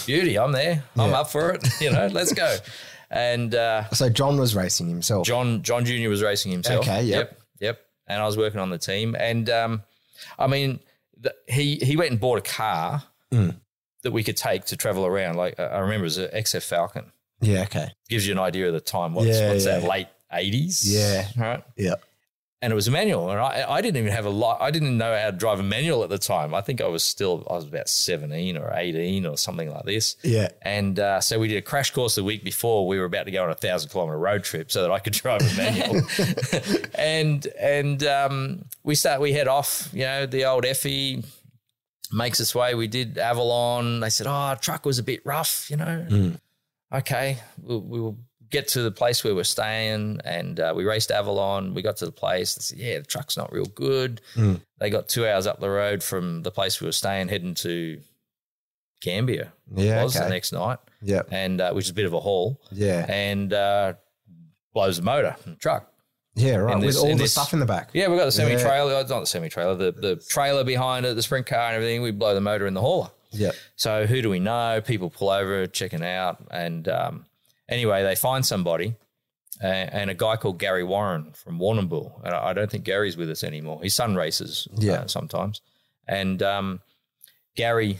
S1: Beauty, I'm there. I'm
S2: Yeah.
S1: up for it. You know, let's go. And uh,
S2: So John was racing himself.
S1: John John Junior was racing himself.
S2: Okay, yep.
S1: yep, yep. And I was working on the team, and um, I mean, the, he he went and bought a car
S2: Hmm.
S1: that we could take to travel around. Like I I remember, it was an XF Falcon.
S2: Yeah. Okay.
S1: Gives you an idea of the time. What's
S2: Yeah,
S1: what's that?
S2: yeah.
S1: Late eighties.
S2: Yeah.
S1: Right.
S2: Yeah.
S1: And it was a manual, and I I didn't even have a lot. I didn't know how to drive a manual at the time. I think I was still I was about seventeen or eighteen or something like this.
S2: Yeah.
S1: And uh, so we did a crash course the week before. We were about to go on a thousand kilometer road trip so that I could drive a manual. and and um, we start we head off. You know, the old Effie makes its way. We did Avalon. They said, "Oh, our truck was a bit rough," you know.
S2: Mm.
S1: Okay, we'll, we'll get to the place where we're staying, and uh, we raced Avalon. We got to the place. They said, "Yeah, the truck's not real good."
S2: Mm.
S1: They got two hours up the road from the place we were staying, heading to Cambia.
S2: Yeah,
S1: was
S2: okay.
S1: the next night,
S2: Yeah.
S1: and uh, which is a bit of a haul.
S2: Yeah.
S1: and uh, blows the motor from the truck.
S2: Yeah. Right.
S1: in
S2: With
S1: this-
S2: all
S1: in
S2: the
S1: this-
S2: stuff in the back.
S1: Yeah, we got the
S2: Yeah.
S1: semi trailer. It's not the semi trailer. The the trailer behind it, the sprint car and everything. We blow the motor in the hauler.
S2: Yeah.
S1: So who do we know? People pull over, checking out, and um, anyway, they find somebody, a- and a guy called Gary Warren from Warrnambool. And I I don't think Gary's with us anymore. His son races uh,
S2: Yeah.
S1: sometimes, and um, Gary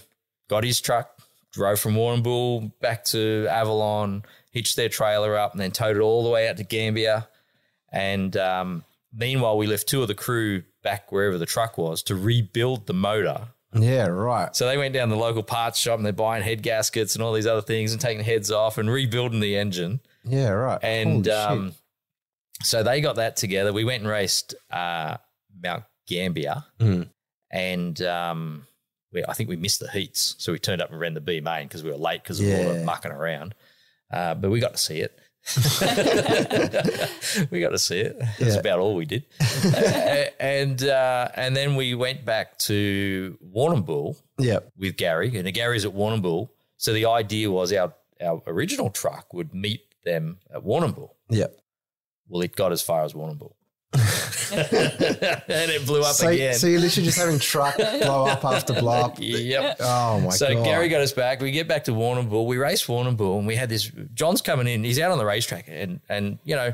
S1: got his truck, drove from Warrnambool back to Avalon, hitched their trailer up, and then towed it all the way out to Gambia. And um, meanwhile, we left two of the crew back wherever the truck was to rebuild the motor.
S2: Yeah. Right.
S1: So they went down to the local parts shop and they're buying head gaskets and all these other things and taking heads off and rebuilding the engine.
S2: Yeah. Right.
S1: And
S2: Holy shit.
S1: um, so they got that together. We went and raced uh, Mount Gambier
S2: Mm.
S1: and um, we, I think we missed the heats. So we turned up and ran the B main because we were late because of all
S2: Yeah.
S1: the mucking around. Uh, but we got to see it. we got to see it. That's
S2: Yeah.
S1: about all we did. A- and uh, and then we went back to Warrnambool
S2: yeah.
S1: with Gary, and Gary's at Warrnambool. So the idea was our our original truck would meet them at Warrnambool.
S2: Yeah.
S1: Well, it got as far as Warrnambool, and it blew up
S2: So,
S1: again.
S2: so you're literally just having truck blow up after blow up.
S1: yep.
S2: Oh my
S1: so
S2: god.
S1: Gary got us back. We get back to Warrnambool. We race Warrnambool, and we had this. John's coming in. He's out on the racetrack, and and you know,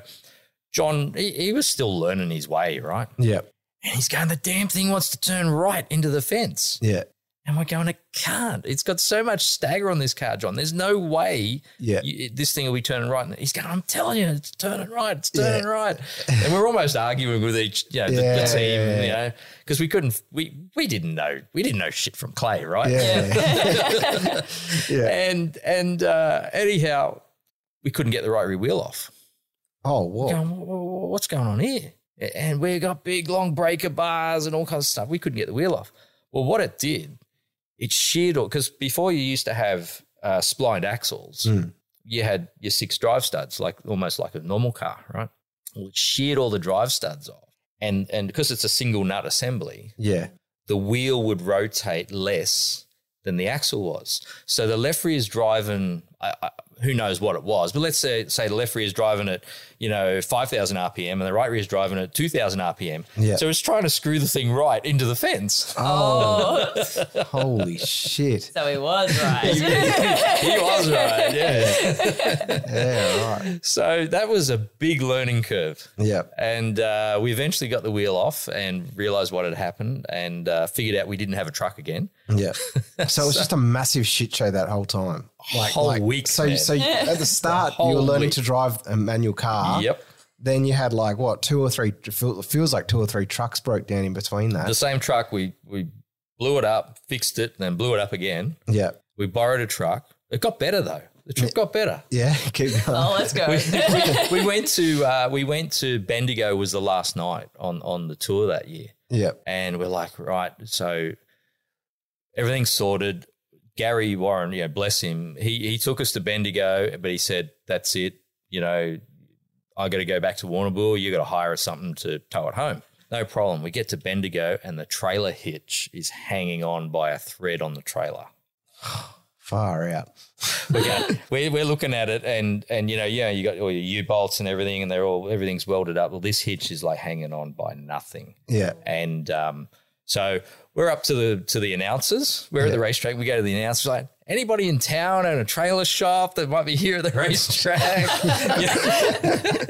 S1: John he, he was still learning his way, right?
S2: Yeah.
S1: And he's going, the damn thing wants to turn right into the fence.
S2: Yeah.
S1: And we're going, it can't. It's got so much stagger on this car, John. There's no way
S2: Yeah.
S1: you, this thing will be turning right. And he's going, I'm telling you, it's turning right. It's turning right. And we're almost arguing with each, you know, the- the,
S2: Yeah,
S1: team,
S2: yeah,
S1: you know, because we couldn't, we, we didn't know, we didn't know shit from clay, right?
S2: Yeah. yeah.
S1: And, and, uh, anyhow, we couldn't get the right rear wheel off.
S2: Oh, whoa.
S1: Going, "Wha- wha- wha- what's going on here? And we got big long breaker bars and all kinds of stuff. We couldn't get the wheel off. Well, what it did, it sheared all because before you used to have uh, splined axles, you had your six drive studs, like almost like a normal car, right? Well, it sheared all the drive studs off, and and because it's a single nut assembly,
S2: Yeah.
S1: the wheel would rotate less than the axle was. So the left rear is driving. I, I, who knows what it was, but let's say say the left rear is driving at you know five thousand RPM and the right rear is driving at two thousand RPM.
S2: Yeah.
S1: So it's trying to screw the thing right into the fence.
S2: Oh, holy shit.
S3: So he was right.
S1: he was right. Yeah.
S2: Yeah, right.
S1: So that was a big learning curve.
S2: Yeah.
S1: And uh, we eventually got the wheel off and realized what had happened and uh, figured out we didn't have a truck again.
S2: Yeah. So it was just a massive shit show that whole time.
S1: Whole week,
S2: So,
S1: man.
S2: so at the start, you were
S1: whole
S2: learning
S1: week.
S2: to drive a manual car.
S1: Yep.
S2: Then you had like what two or three? It feels like two or three trucks broke down in between that.
S1: the same truck we we blew it up, fixed it, then blew it up again.
S2: yeah.
S1: We borrowed a truck. It got better though. The truck got better.
S2: Yeah. Keep going.
S3: oh, let's go.
S1: we went to uh, we went to Bendigo was the last night on on the tour that year,
S2: Yeah.
S1: and we're like, right, so everything's sorted. Gary Warren, you know, bless him. He he took us to Bendigo, but he said, that's it. You know, I got to go back to Warrnambool. You got to hire us something to tow it home. No problem. We get to Bendigo, and the trailer hitch is hanging on by a thread on the trailer
S2: Far out.
S1: we're, going, we're, we're looking at it and and you know yeah you got all your u-bolts and everything and they're all everything's welded up well this hitch is like hanging on by nothing
S2: Yeah.
S1: and um So we're up to the to the announcers. We're at the racetrack. We go to the announcers like anybody in town at a trailer shop that might be here at the racetrack. Yeah.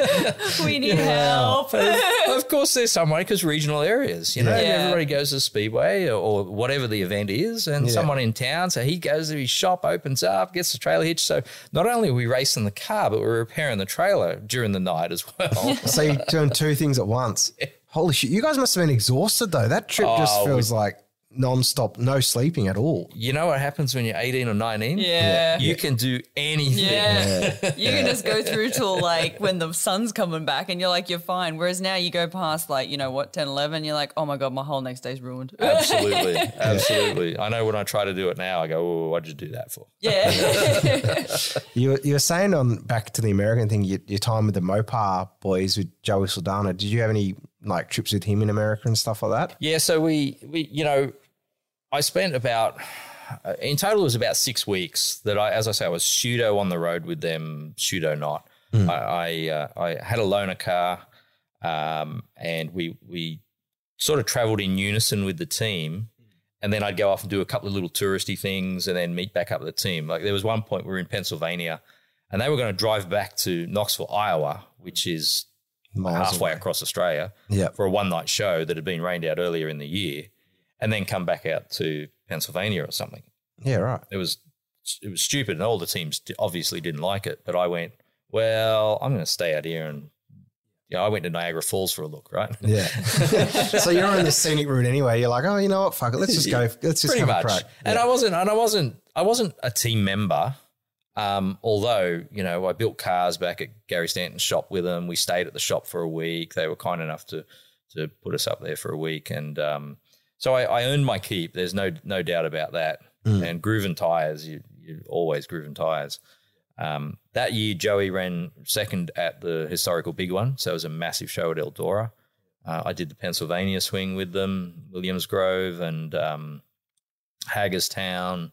S3: We need help.
S1: of course, there's someone because regional areas, you know,
S2: Yeah.
S3: Yeah.
S1: everybody goes to Speedway or, or whatever the event is, and
S2: Yeah.
S1: someone in town. So he goes to his shop, opens up, gets the trailer hitch. So not only are we racing the car, but we're repairing the trailer during the night as well.
S2: So you're doing two things at once. Holy shit. You guys must have been exhausted though. That trip just
S1: Oh,
S2: feels like nonstop, no sleeping at all.
S1: you know what happens when you're 18 or 19?
S3: Yeah.
S1: You can do anything.
S3: Yeah. You can just go through till like when the sun's coming back and you're like, you're fine. Whereas now you go past like, you know what, 10, 11, you're like, oh my God, my whole next day's ruined.
S1: Absolutely. Absolutely. I know when I try to do it now, I go, oh, what'd you do that for?
S3: yeah.
S2: You were, you were saying on back to the American thing, your, your time with the Mopar boys with Joey Saldana. Did you have any like trips with him in America and stuff like that?
S1: Yeah, so we we you know, I spent about uh, in total it was about six weeks that I, as I say, I was pseudo on the road with them, pseudo not. I I, uh, I had a loaner car, um, and we we sort of travelled in unison with the team. And then I'd go off and do a couple of little touristy things, and then meet back up with the team. Like there was one point we were in Pennsylvania, and they were going to drive back to Knoxville, Iowa, which is
S2: Miles
S1: halfway
S2: away.
S1: across Australia
S2: Yeah.
S1: for a one night show that had been rained out earlier in the year, and then come back out to Pennsylvania or something.
S2: Yeah, right.
S1: It was it was stupid, and all the teams d- obviously didn't like it. But I went, well, I'm going to stay out here and. Yeah, I went to Niagara Falls for a look, right?
S2: Yeah. so you're on the scenic route anyway. You're like, oh, you know what? Fuck it. Let's just go. Let's just
S1: Pretty
S2: have
S1: much.
S2: a crack.
S1: And I wasn't, and I wasn't, I wasn't a team member. Um, although you know, I built cars back at Gary Stanton's shop with them. We stayed at the shop for a week. They were kind enough to to put us up there for a week, and um, so I, I earned my keep. There's no no doubt about that.
S2: Hmm.
S1: And Groovin tires, you you always Groovin tires. Um, that year, Joey ran second at the historical big one, so it was a massive show at Eldora. Uh, I did the Pennsylvania swing with them, Williams Grove and um, Hagerstown,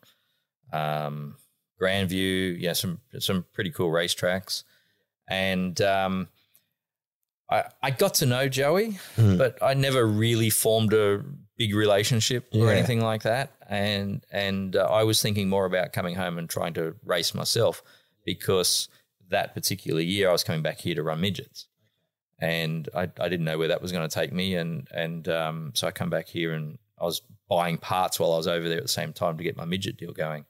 S1: um, Grandview. Yeah, some some pretty cool racetracks, and um, I I got to know Joey, but I never really formed a big relationship or
S2: Yeah.
S1: anything like that. And and uh, I was thinking more about coming home and trying to race myself because that particular year I was coming back here to run midgets and I, I didn't know where that was going to take me. And and um, so I come back here and I was buying parts while I was over there at the same time to get my midget deal going.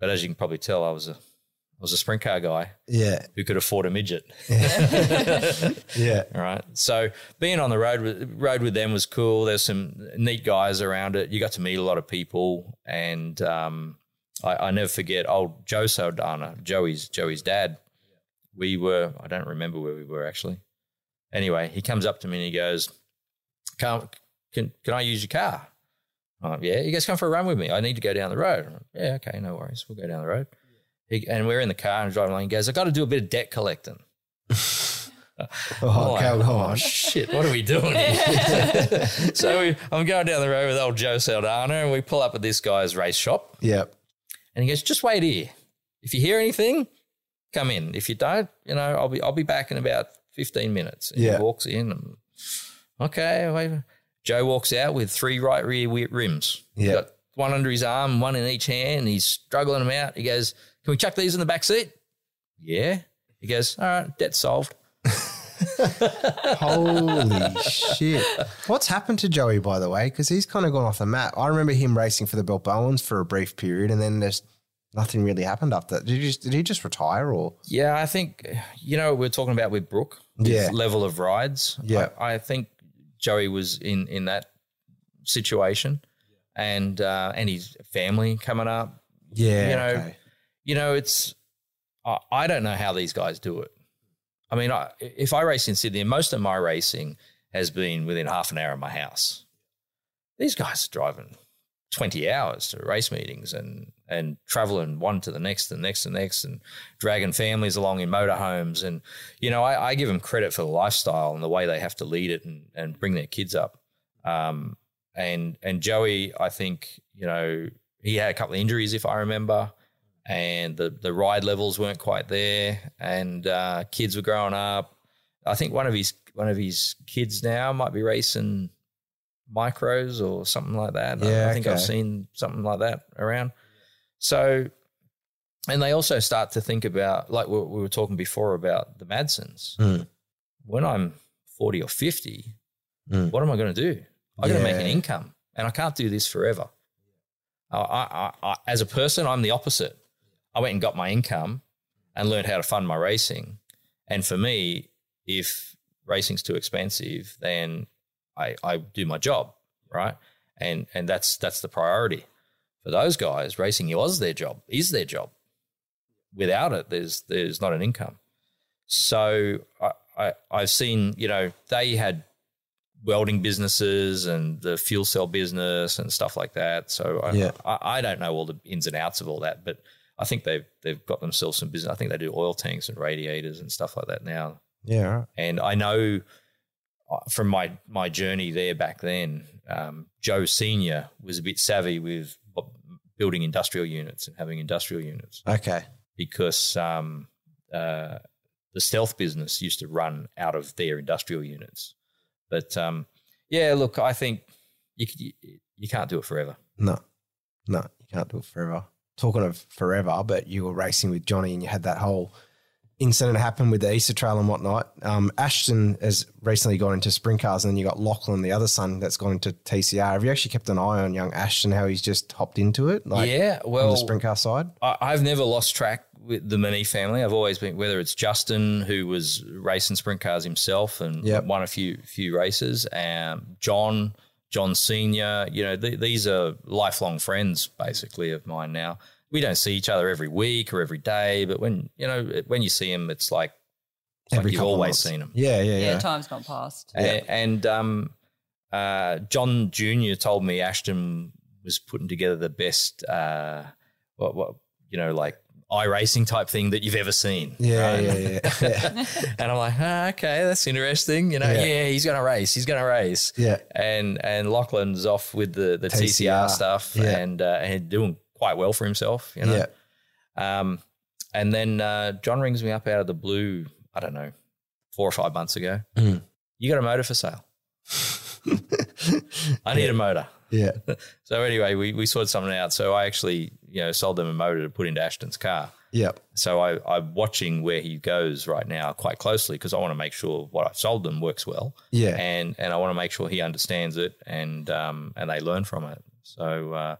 S1: But as you can probably tell, I was a I was a sprint car guy
S2: Yeah.
S1: who could afford a midget.
S2: Yeah.
S1: All right. So being on the road with, road with them was cool. There's some neat guys around it. You got to meet a lot of people, and um, I, I never forget old Joe Saldana, Joey's Joey's dad. We were I don't remember where we were actually. Anyway, he comes up to me and he goes, "Can can can I use your car?" I'm like, yeah, you guys come for a run with me. I need to go down the road. I'm like, yeah, okay, no worries. We'll go down the road. He, and we're in the car and driving along. He goes, I got to do a bit of debt collecting.
S2: Oh,
S1: I'm
S2: come
S1: like,
S2: on.
S1: shit, what are we doing? here?" so we, I'm going down the road with old Joe Saldana and we pull up at this guy's race shop
S2: Yeah.
S1: and he goes, just wait here. If you hear anything, come in. If you don't, you know, I'll be I'll be back in about 15 minutes. And
S2: Yeah.
S1: he walks in and okay, wait. Joe walks out with three right rear wi- rims. He's
S2: Yeah.
S1: got one under his arm, one in each hand. He's struggling them out. He goes, Can we chuck these in the back seat? Yeah. He goes, All right, debt solved.
S2: Holy shit. What's happened to Joey, by the way? Because he's kind of gone off the map. I remember him racing for the Bill Bowens for a brief period and then there's nothing really happened after that. Did he just, did he just retire or?
S1: Yeah, I think you know we're talking about with Brooke. his
S2: Yeah.
S1: level of rides.
S2: Yeah.
S1: I, I think Joey was in in that situation, and uh, and his family coming up.
S2: Yeah.
S1: You know, You know, it's I, I don't know how these guys do it. I mean, I, if I race in Sydney, and most of my racing has been within half an hour of my house. These guys are driving twenty hours to race meetings and and traveling one to the next and next and next and dragging families along in motorhomes and you know I, I give them credit for the lifestyle and the way they have to lead it and, and bring their kids up. Um, and and Joey, I think you know he had a couple of injuries if I remember and the the ride levels weren't quite there, and uh, kids were growing up. I think one of his one of his kids now might be racing micros or something like that. I-
S2: Yeah,
S1: I think I've
S2: okay.
S1: seen something like that around. So, and they also start to think about, like we, we were talking before about the Madsons.
S2: Mm.
S1: When I'm 40 or 50,
S2: Mm.
S1: what am I going to do? I got to make an
S2: Yeah.
S1: income, and I can't do this forever. I, I, I, I, as a person, I'm the opposite. I went and got my income and learned how to fund my racing. And for me, if racing's too expensive, then I, I do my job, right? And and that's that's the priority. For those guys, racing was their job, is their job. Without it, there's there's not an income. So I, I I've seen, you know, they had welding businesses and the fuel cell business and stuff like that. So I,
S2: Yeah.
S1: I, I don't know all the ins and outs of all that, but I think they've they've got themselves some business. I think they do oil tanks and radiators and stuff like that now.
S2: Yeah. Right.
S1: And I know uh, from my my journey there back then, um, Joe Senior was a bit savvy with bu- building industrial units and having industrial units
S2: Okay.
S1: because um, uh, the stealth business used to run out of their industrial units. But um, yeah, look, I think you, c- you you can't do it forever.
S2: No, no, you can't do it forever. Talking of forever, but you were racing with Johnny and you had that whole incident happen with the Easter Trail and whatnot. Um, Ashton has recently gone into sprint cars, and then you got Lachlan, the other son, that's gone into TCR. Have you actually kept an eye on young Ashton? How he's just hopped into it, like
S1: yeah,
S2: on
S1: well,
S2: the sprint car side?
S1: I, I've never lost track with the Mini family. I've always been whether it's Justin who was racing sprint cars himself and
S2: Yep.
S1: won a few few races, um, John John Senior. You know th- these are lifelong friends basically of mine now. We don't see each other every week or every day, but when you know when you see him, it's like Like you've
S2: couple of
S1: always
S2: months.
S1: seen him.
S2: Yeah, yeah,
S3: Yeah,
S2: yeah.
S3: time's gone past.
S1: A- And, um, uh, John Junior told me Ashton was putting together the best, uh, what, what you know, like iRacing type thing that you've ever seen.
S2: Yeah,
S1: right?
S2: yeah, yeah, yeah,
S1: and I'm like, ah, okay, that's interesting. You know,
S2: Yeah.
S1: yeah. he's gonna race. He's gonna race.
S2: yeah.
S1: And and Lachlan's off with the the
S2: TCR,
S1: TCR, stuff
S2: yeah.
S1: and uh, and doing quite well for himself. You know.
S2: yeah.
S1: Um, and then uh, John rings me up out of the blue, I don't know, four or five months ago.
S2: Mm.
S1: You got a motor for sale. I need a motor.
S2: yeah,
S1: So anyway, we, we sorted something out. So I actually, you know, sold them a motor to put into Ashton's car.
S2: yeah,
S1: So I, I'm watching where he goes right now quite closely because I want to make sure what I've sold them works well.
S2: yeah,
S1: and and I want to make sure he understands it and um and they learn from it. So uh,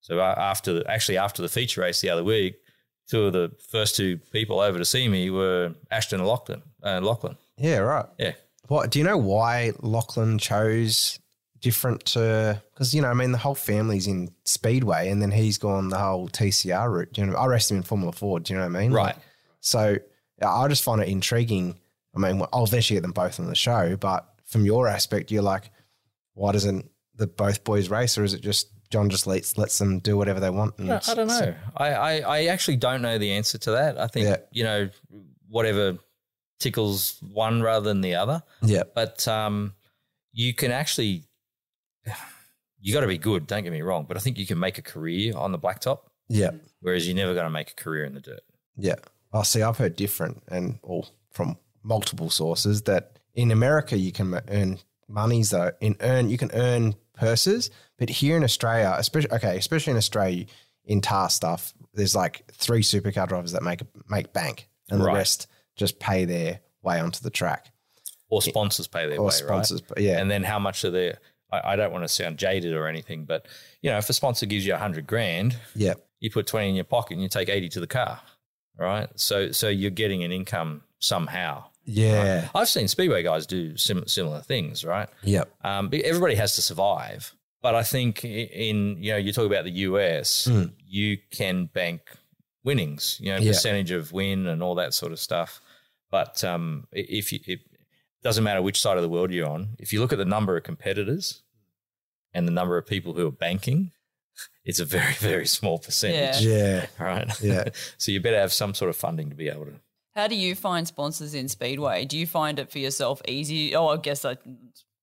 S1: so a- after actually after the feature race the other week, two of the first two people over to see me were Ashton and Lachlan. Uh, Lachlan,
S2: yeah. Right.
S1: yeah,
S2: What do you know why Lachlan chose different to? Because you know, I mean, the whole family's in Speedway, and then he's gone the whole TCR route. Do you know, I raced him in Formula Four. Do you know what I mean?
S1: right.
S2: Like, so yeah, I just find it intriguing. I mean, well, I'll eventually get them both on the show, but from your aspect, you're like, why doesn't the both boys race, or is it just John just lets lets them do whatever they want? And
S1: I I don't know. I, I, I actually don't know the answer to that. I think
S2: Yeah.
S1: you know whatever tickles one rather than the other.
S2: Yeah,
S1: but um, you can actually you got to be good. Don't get me wrong, but I think you can make a career on the blacktop,
S2: yeah,
S1: whereas you're never going to make a career in the dirt.
S2: Yeah. I see. I've heard different and or from multiple sources that in America you can earn monies though in earn you can earn purses, but here in Australia, especially okay, especially in Australia in tar stuff, there's like three supercar drivers that make make bank, and the
S1: Right.
S2: rest just pay their way onto the track
S1: Or sponsors pay their
S2: or
S1: way,
S2: sponsors. But
S1: right?
S2: yeah,
S1: And then how much are they? I, I don't want to sound jaded or anything, but you know, if a sponsor gives you a hundred grand,
S2: yeah,
S1: you put twenty in your pocket and you take eighty to the car, right? So so you're getting an income somehow.
S2: yeah,
S1: I've seen speedway guys do sim- similar things, right?
S2: yeah,
S1: Um, but everybody has to survive. But I think i- in you know you talk about the US,
S2: Mm.
S1: you can bank winnings, you know,
S2: Yeah.
S1: percentage of win and all that sort of stuff. But um, i- if you, it doesn't matter which side of the world you're on, if you look at the number of competitors and the number of people who are banking, it's a very very small percentage,
S2: yeah,
S1: right?
S2: Yeah.
S1: so you better have some sort of funding to be able to.
S3: How do you find sponsors in Speedway? Do you find it for yourself easy? Oh, I guess I,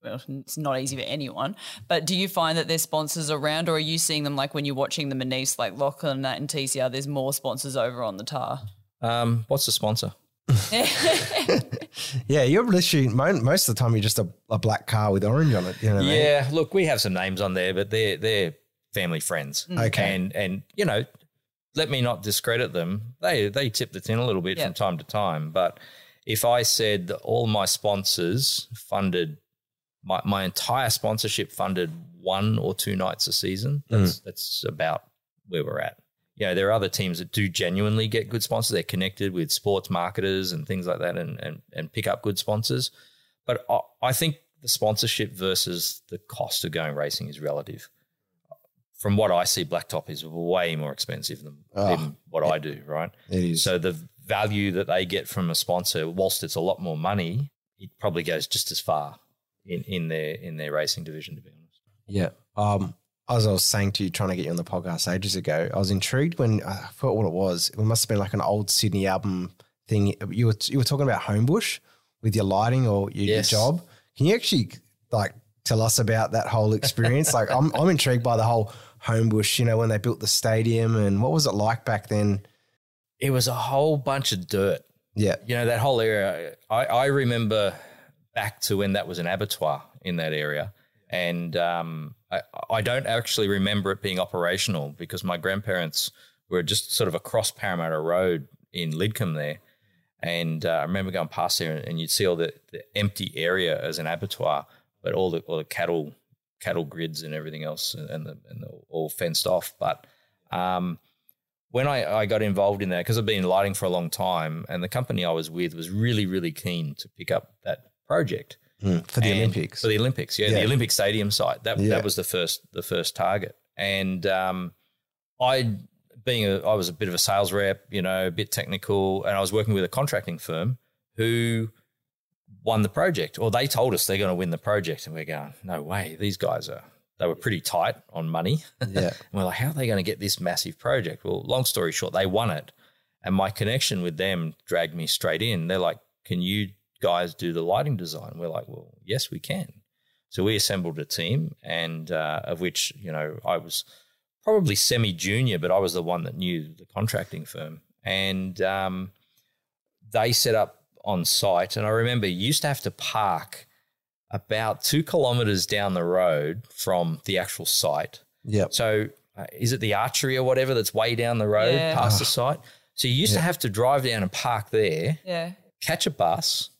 S3: well, it's not easy for anyone, but do you find that there's sponsors around or are you seeing them like when you're watching the Manise, like Lachlan and that and TCR, there's more sponsors over on the tar?
S1: Um, what's the sponsor?
S2: Yeah, you're literally mo- most of the time you're just a, a black car with orange on it. You know what I mean?
S1: Yeah, look, we have some names on there, but they're they're family friends.
S2: Okay.
S1: And and you know, let me not discredit them. They they tip the tin a little bit
S3: Yeah.
S1: from time to time, but if I said that all my sponsors funded my my entire sponsorship funded one or two nights a season, that's that's about where we're at. You know, there are other teams that do genuinely get good sponsors. They're connected with sports marketers and things like that and and, and pick up good sponsors. But I, I think the sponsorship versus the cost of going racing is relative. From what I see, Blacktop is way more expensive than, than what I do, right?
S2: It is.
S1: So the value that they get from a sponsor, whilst it's a lot more money, it probably goes just as far in, in their in their racing division, to be honest.
S2: Yeah. Um, as I was saying to you, trying to get you on the podcast ages ago, I was intrigued when uh, I forgot what it was. It must have been like an old Sydney album thing. You were you were talking about Homebush with your lighting or your, your
S1: Yes.
S2: job. Can you actually like tell us about that whole experience? like, I'm I'm intrigued by the whole Homebush. You know, when they built the stadium and what was it like back then?
S1: It was a whole bunch of dirt.
S2: Yeah.
S1: You know, that whole area, I, I remember back to when that was an abattoir in that area. And um, I, I don't actually remember it being operational because my grandparents were just sort of across Parramatta Road in Lidcombe there. And uh, I remember going past there and, and you'd see all the, the empty area as an abattoir, but all the, all the cattle cattle grids and everything else and, and, the, and the, all fenced off. But um, when I, I got involved in that, because I've been in lighting for a long time, and the company I was with was really, really keen to pick up that project
S2: Mm, for the
S1: Hmm. and-
S2: Olympics.
S1: For the Olympics, yeah,
S2: Yeah.
S1: the Olympic Stadium site. That
S2: Yeah.
S1: that was the first the first target, and um, I being a I was a bit of a sales rep, you know, a bit technical, and I was working with a contracting firm who won the project, or they told us they're going to win the project, and we're going, no way, these guys are. They were pretty tight on money.
S2: yeah.
S1: And we're like, how are they going to get this massive project? Well, long story short, they won it. And my connection with them dragged me straight in. They're like, can you guys do the lighting design? We're like, well, yes, we can. So we assembled a team, and uh, of which, you know, I was probably semi junior, but I was the one that knew the contracting firm. And um, they set up on site. And I remember you used to have to park about two kilometers down the road from the actual site.
S2: Yeah.
S1: So uh, is it the archery or whatever that's way down the road
S3: Yeah.
S1: past the site? So you used to have to drive down and park there,
S3: Yeah.
S1: catch a bus,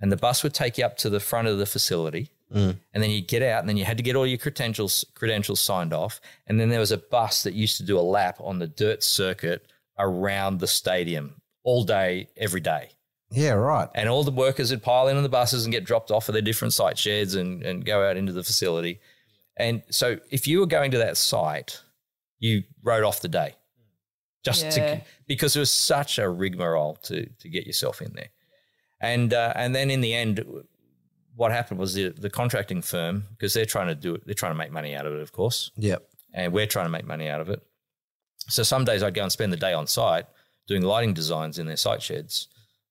S1: and the bus would take you up to the front of the facility. And then you get out, and then you had to get all your credentials credentials signed off. And then there was a bus that used to do a lap on the dirt circuit around the stadium all day, every day.
S2: Yeah. Right.
S1: And all the workers would pile in on the buses and get dropped off at their different site sheds and, and go out into the facility. And so if you were going to that site, you wrote off the day just
S3: Yeah.
S1: to, because it was such a rigmarole to, to get yourself in there. And, uh, and then in the end, what happened was the, the contracting firm, because they're trying to do it, they're trying to make money out of it, of course
S2: Yeah.
S1: and we're trying to make money out of it. So some days I'd go and spend the day on site doing lighting designs in their site sheds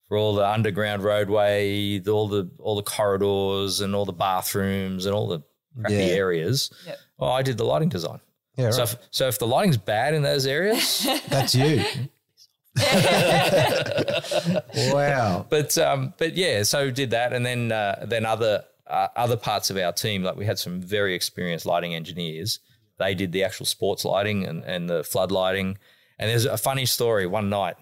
S1: for all the underground roadway, the- all the all the corridors and all the bathrooms and all the crappy
S2: Yeah.
S1: areas.
S3: Yep.
S1: Well, I did the lighting design.
S2: Yeah. Right.
S1: So if, so if the lighting's bad in those areas,
S2: That's you. wow.
S1: but um, but yeah, so did that, and then uh, then other uh, other parts of our team, like we had some very experienced lighting engineers. They did the actual sports lighting and, and the flood lighting. And there's a funny story. One night,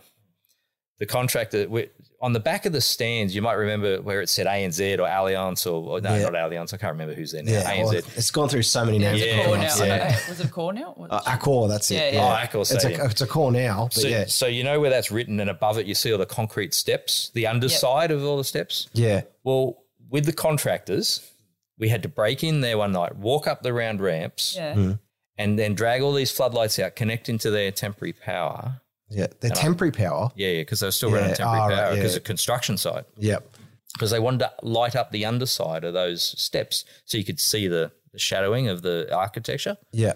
S1: the contractor we, on the back of the stands, you might remember where it said ANZ or Allianz or, or no,
S2: Yeah.
S1: not Allianz. I can't remember who's there now.
S2: Yeah. Oh, well,
S1: ANZ.
S2: it's gone through so many names.
S1: Yeah.
S3: Cornell.
S1: Yeah.
S3: Was it Cornell? Was
S2: Uh, Accor, that's it.
S3: Yeah, yeah.
S1: Oh, Accor
S2: It's a,
S1: Stadium.
S2: it's a core now, but
S1: So,
S2: yeah.
S1: so you know where that's written, and above it you see all the concrete steps, the underside of all the steps.
S2: Yeah.
S1: Well, with the contractors, we had to break in there one night, walk up the round ramps,
S3: yeah.
S2: hmm.
S1: and then drag all these floodlights out, connect into their temporary power.
S2: Yeah. They're temporary power.
S1: Yeah, yeah, because they were still
S2: Yeah,
S1: running temporary
S2: ah,
S1: power
S2: right,
S1: 'cause power
S2: yeah.
S1: because of construction site.
S2: Yep.
S1: Because they wanted to light up the underside of those steps so you could see the, the shadowing of the architecture.
S2: Yeah.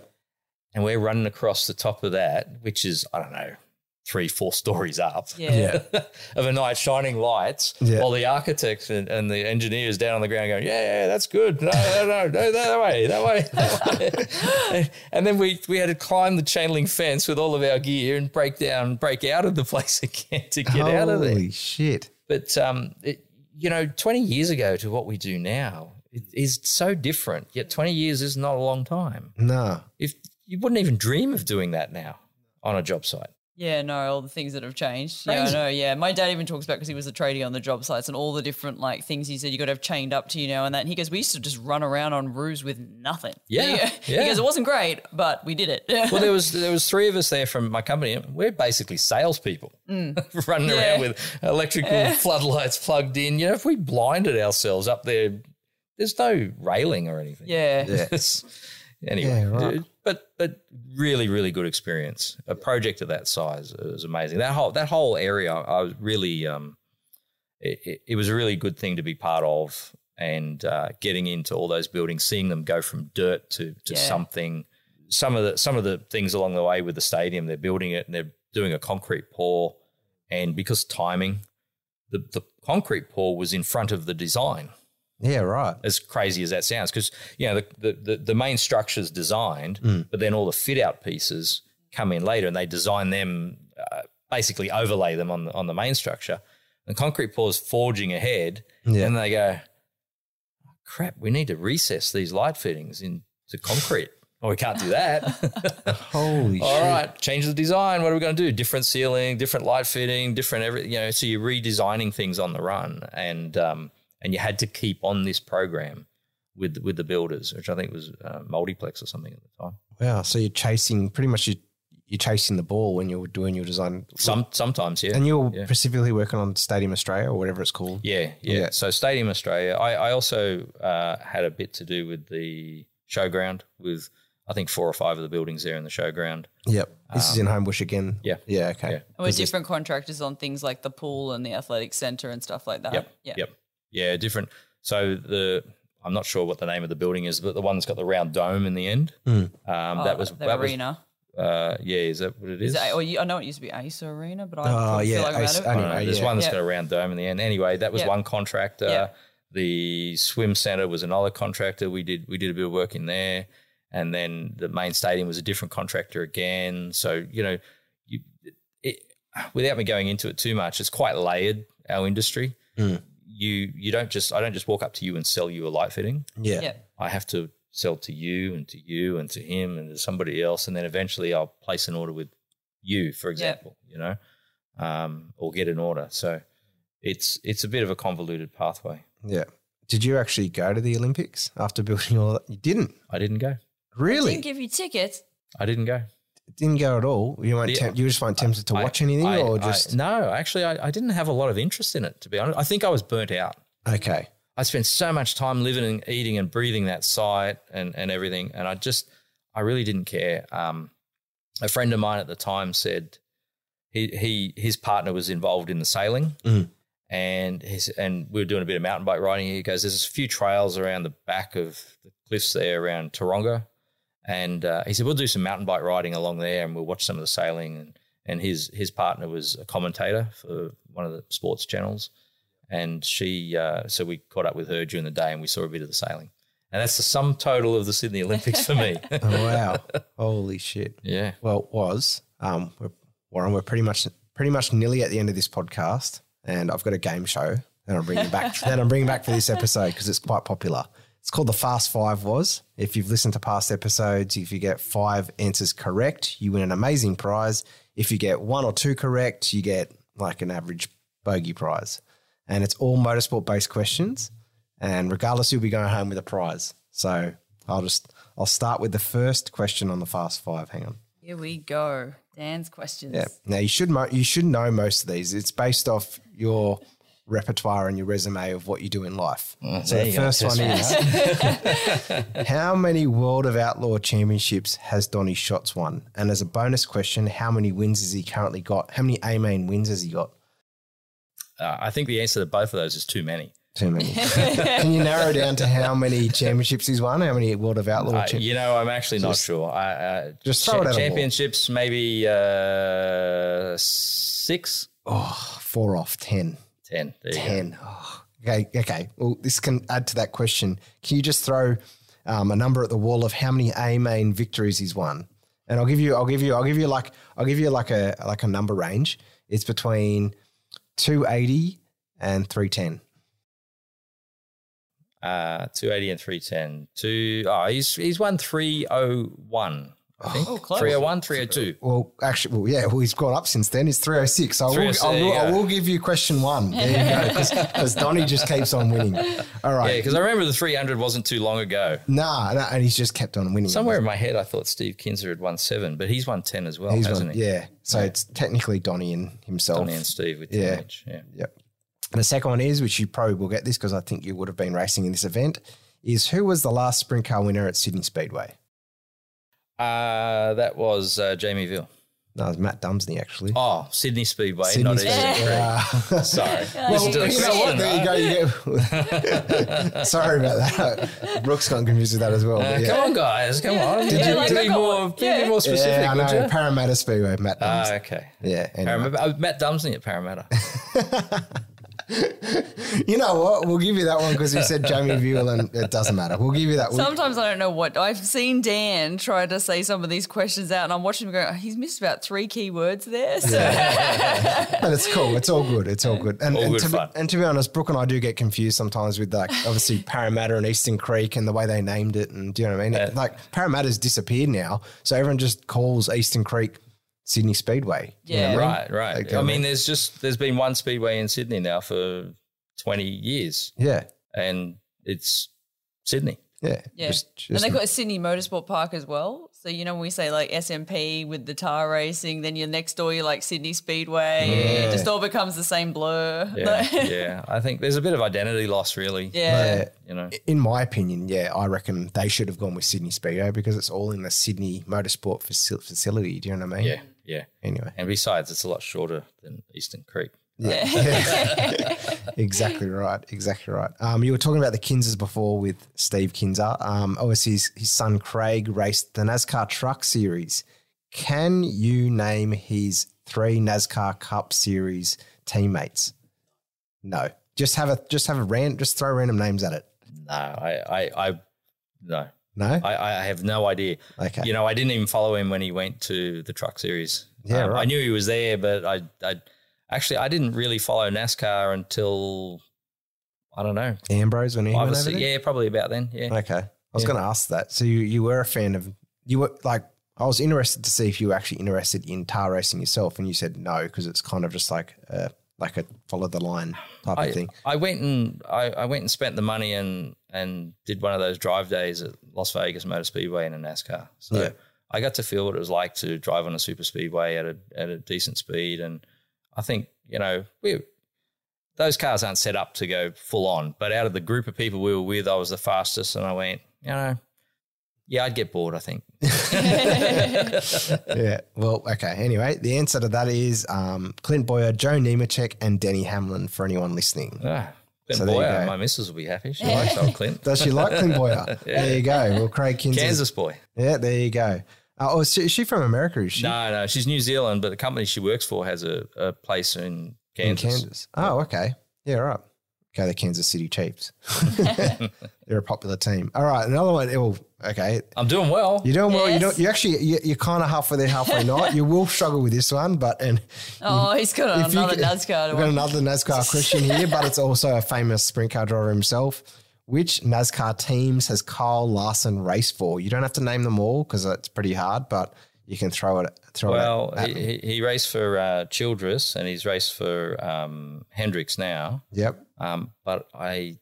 S1: And we're running across the top of that, which is, I don't know, three, four stories up.
S3: Yeah.
S2: Yeah.
S1: of a night shining lights
S2: Yeah.
S1: while the architects and, and the engineers down on the ground going, yeah, yeah, that's good. No, no, no, no that way, that way. That way. and then we, we had to climb the chain link fence with all of our gear and break down, break out of the place again to get out of there.
S2: Holy shit.
S1: But um, it, you know, 20 years ago to what we do now it is so different. Yet 20 years is not a long time.
S2: No.
S1: If you wouldn't even dream of doing that now on a job site.
S3: Yeah, no, all the things that have changed. Yeah, I
S1: Crazy.
S3: know. Yeah, my dad even talks about because he was a tradie on the job sites and all the different like things he said you got to have chained up to you now and that. And he goes, we used to just run around on roofs with nothing.
S1: Yeah,
S3: he,
S1: yeah.
S3: goes, it wasn't great, but we did it.
S1: Well, there was there was three of us there from my company. and We're basically salespeople running
S3: Yeah.
S1: around with electrical floodlights plugged in. You know, if we blinded ourselves up there, there's no railing or anything.
S3: yeah.
S2: Yeah.
S1: anyway,
S2: Yeah, right.
S1: dude, but but really really good experience. A project of that size was amazing. That whole that whole area, I was really um, it, it, it was a really good thing to be part of, and uh, getting into all those buildings, seeing them go from dirt to to
S3: Yeah.
S1: something. Some of the some of the things along the way with the stadium, they're building it and they're doing a concrete pour, and because timing, the the concrete pour was in front of the design
S2: Yeah, right.
S1: as crazy as that sounds, because you know the, the the the main structure's designed, but then all the fit out pieces come in later, and they design them uh, basically overlay them on the on the main structure. And concrete pours forging ahead,
S2: Yeah.
S1: and they go, "Oh, "Crap, we need to recess these light fittings into concrete." Well, we can't do that.
S2: Holy
S1: All
S2: shit.
S1: right, change the design. What are we going to do? Different ceiling, different light fitting, different every. You know, so you're redesigning things on the run, and um, and you had to keep on this program with with the builders, which I think was uh, multiplex or something at the time.
S2: Wow. So you're chasing pretty much you you're chasing the ball when you're doing your design.
S1: Some sometimes, yeah,
S2: and you're
S1: yeah.
S2: specifically working on Stadium Australia or whatever it's called.
S1: yeah, yeah,
S2: Yeah.
S1: So Stadium Australia. I, I also uh, had a bit to do with the showground with I think four or five of the buildings there in the showground.
S2: Yep. This is in Homebush again.
S1: Um, yeah.
S2: Yeah. Okay.
S1: Yeah.
S3: And we're different contractors on things like the pool and the athletic center and stuff like that.
S1: Yep.
S3: Yeah.
S1: Yep. Yeah, different. So the I'm not sure what the name of the building is, but the one that's got the round dome in the end. Um,
S3: Oh,
S1: that was
S3: the
S1: that
S3: arena.
S1: was. Uh, yeah, is that what it is?
S3: Is that, or you, I know it used to be Acer Arena, but I
S2: Oh,
S3: feel
S2: yeah,
S3: like I'm
S2: Ace-
S1: I
S3: out of
S1: don't
S3: it.
S1: know.
S2: Anyway,
S1: There's
S2: yeah.
S1: one that's
S3: Yeah.
S1: got a round dome in the end. Anyway, that was
S3: Yeah.
S1: one contractor.
S3: Yeah.
S1: The swim center was another contractor. We did we did a bit of work in there, and then the main stadium was a different contractor again. So you know, you, it, without me going into it too much, it's quite layered our industry. You you don't just I don't just walk up to you and sell you a light fitting.
S2: Yeah.
S3: Yeah.
S1: I have to sell to you and to you and to him and to somebody else, and then eventually I'll place an order with you, for example, you know, um, or get an order. So it's it's a bit of a convoluted pathway.
S2: Yeah. Did you actually go to the Olympics after building all that? You didn't.
S1: I didn't go.
S2: Really?
S3: Didn't give you tickets.
S1: I didn't go.
S2: didn't go at all. You weren't
S1: Yeah.
S2: tempt, you just weren't tempted to
S1: I-
S2: watch anything
S1: I-
S2: or
S1: I-
S2: just
S1: no. Actually, I, I didn't have a lot of interest in it. To be honest, I think I was burnt out.
S2: okay.
S1: I spent so much time living and eating and breathing that site and, and everything. And I just, I really didn't care. Um, a friend of mine at the time said he, he his partner was involved in the sailing
S2: Mm.
S1: and his, and we were doing a bit of mountain bike riding. He goes, there's a few trails around the back of the cliffs there around Taronga. And uh, he said, we'll do some mountain bike riding along there and we'll watch some of the sailing. And, and his, his partner was a commentator for one of the sports channels and she uh, so we caught up with her during the day and we saw a bit of the sailing and that's the sum total of the sydney olympics for me
S2: Oh, wow. Holy shit.
S1: yeah
S2: Well, it was. Um, we're, Warren, we're pretty much pretty much nearly at the end of this podcast, and I've got a game show that I'm bringing back that I'm bringing back for this episode because it's quite popular. It's called the Fast Five Was. If you've listened to past episodes, if you get five answers correct, you win an amazing prize. If you get one or two correct, you get like an average bogey prize. And it's all motorsport based questions. And regardless, you'll be going home with a prize. So I'll just I'll start with the first question on the Fast Five. Hang on.
S3: Here we go. Dan's questions.
S2: Yeah. Now you should mo- you should know most of these. It's based off your repertoire and your resume of what you do in life. so
S1: Mm, there
S2: the
S1: you go.
S2: first one is how many World of Outlaw Championships has Donny Shots won? And as a bonus question, how many wins has he currently got? How many A main wins has he got?
S1: uh, i think the answer to both of those is too many
S2: Too many. Can you narrow down to how many championships he's won? How many World of Outlaw
S1: Uh,
S2: championships?
S1: you know i'm actually not sure I, uh,
S2: Just throw it at 'em all.
S1: championships maybe uh, six
S2: Oh, four off ten.
S1: ten there you go.
S2: 10. Oh, okay, okay. Well, this can add to that question. Can you just throw um, a number at the wall of how many A main victories he's won? And I'll give you, I'll give you, I'll give you like, I'll give you like a like a number range. It's between 280 and 310.
S1: Uh, 280 and 310. Two, oh, he's, he's won 301. I think.
S3: Oh, close.
S1: 301, 302.
S2: Well, actually, well, yeah, well, he's gone up since then. It's 306. I will, I
S1: 306,
S2: will, I
S1: yeah.
S2: will give you question one. There you go. Because Donnie just keeps on winning. All
S1: Yeah,
S2: right.
S1: because I remember the 300 wasn't too long ago.
S2: nah, nah, and he's just kept on winning.
S1: Somewhere in my head, I thought Steve Kinzer had won seven, but he's won 10 as well,
S2: He's
S1: hasn't
S2: won-
S1: he?
S2: Yeah. So it's technically Donnie and himself.
S1: Donnie and Steve with
S2: Yeah.
S1: yeah. each. Yeah.
S2: Yep. And the second one is, which you probably will get this because I think you would have been racing in this event, is who was the last sprint car winner at Sydney Speedway?
S1: Uh, that was uh, Jamie Ville.
S2: No, it was Matt Dumsney, actually.
S1: Oh, Sydney Speedway,
S2: Sydney
S1: not
S2: Speedway.
S1: Easy
S2: Yeah.
S1: Sorry.
S3: Well,
S1: Listen to the
S2: You know what?
S1: question,
S2: There you go.
S1: right?
S2: You get- Sorry about that. Brooks got confused with that as well.
S1: Uh,
S2: but yeah.
S1: Come on, guys. Come on.
S3: Did you-
S1: Be
S3: did-
S1: more, be
S3: Yeah.
S1: more specific,
S2: yeah, I
S1: would
S2: know.
S1: you?
S2: Parramatta Speedway, Matt Dumsney.
S1: Ah, okay.
S2: yeah. anyway.
S1: Parramatta. Uh, Matt Dumsney at Parramatta.
S2: You know what? We'll give you that one because you said Jamie Buell and it doesn't matter. We'll give you that one.
S3: Sometimes I don't know what I've seen Dan try to say some of these questions out, and I'm watching him go. "Oh, He's missed about three key words there. So
S2: But it's cool. It's all good. It's all good. And,
S1: All
S2: and
S1: good
S2: to, be-
S1: fun.
S2: and to be honest, Brooke and I do get confused sometimes with like obviously Parramatta and Eastern Creek and the way they named it. And do you know what I mean? Like Parramatta's disappeared now, so everyone just calls Eastern Creek Sydney Speedway. You know
S3: Yeah.
S2: what I mean?
S1: Right, right.
S2: Okay,
S1: I
S2: mate.
S1: mean, there's just there's been one speedway in Sydney now for 20 years,
S2: Yeah.
S1: and it's Sydney.
S2: Yeah.
S3: yeah,
S2: Just-
S3: and
S2: just-
S3: they got Sydney Motorsport Park as well. So you know when we say like SMP with the tar racing, then your next door you're like Sydney Speedway. It just all becomes the same blur.
S1: Yeah,
S3: Like-
S1: yeah. I think there's a bit of identity loss, really.
S3: yeah.
S2: yeah.
S1: you know.
S2: in my opinion, yeah, I reckon they should have gone with Sydney Speedway because it's all in the Sydney Motorsport faci- facility. Do you know what I mean?
S1: Yeah, yeah.
S2: Anyway,
S1: And besides, it's a lot shorter than Eastern Creek.
S2: exactly right. Exactly right. Um, you were talking about the Kinzers before with Steve Kinzer. Um, obviously, his, his son Craig raced the NASCAR Truck Series. Can you name his three NASCAR Cup Series teammates? No. Just have a just have a rant. Just throw random names at it.
S1: No, I, I, I no,
S2: No.
S1: I, I have no idea.
S2: Okay.
S1: You know, I didn't even follow him when he went to the Truck Series. Um,
S2: Yeah, right.
S1: I knew he was there, but I, I actually I didn't really follow NASCAR until I don't know
S2: Ambrose when he
S1: five
S2: went
S1: or
S2: over
S1: six.
S2: there?
S1: Yeah, probably about then. Yeah.
S2: Okay. I was
S1: Yeah.
S2: going to ask that. So you, you were a fan of, you were like, I was interested to see if you were actually interested in tar racing yourself. And you said no, because it's kind of just like a, like a follow the line type of
S1: I,
S2: thing.
S1: I went and I, I went and spent the money and and did one of those drive days at Las Vegas Motor Speedway in a NASCAR. So
S2: Yeah.
S1: I got to feel what it was like to drive on a super speedway at a at a decent speed, and I think you know we those cars aren't set up to go full on. But out of the group of people we were with, I was the fastest, and I went, you know, yeah, I'd get bored. I think.
S2: yeah. Well, okay. Anyway, the answer to that is um, Clint Boyer, Joe Nemechek, and Denny Hamlin for anyone listening.
S1: Ah, Clint
S2: So there you
S1: Boyer,
S2: go.
S1: my missus will be happy. She likes old Clint.
S2: Does she like Clint Boyer? There you go. Well, Craig Kinzer.
S1: Kansas boy.
S2: Yeah, there you go. Uh, oh, is she, is she from America? Is she
S1: No, no, she's New Zealand, but the company she works for has a, a place in Kansas.
S2: in Kansas? Oh, okay. Yeah, right. Okay, the Kansas City Chiefs. They're a popular team. All right, another one. Well, okay,
S1: I'm doing well.
S2: you're doing well. You
S3: Yes.
S2: don't. You actually. You, you're kind of halfway there, halfway not. You will struggle with this one, but and
S3: Oh, he's got
S2: if you
S3: another
S2: get-
S3: NASCAR. to
S2: We've got
S3: watch.
S2: another NASCAR question here, but it's also a famous sprint car driver himself. Which NASCAR teams has Kyle Larson raced for? You don't have to name them all because it's pretty hard, but you can throw it. Throw
S1: well,
S2: it. At,
S1: he, he, he raced for uh, Childress and he's raced for um, Hendricks now.
S2: yep.
S1: Um, but I,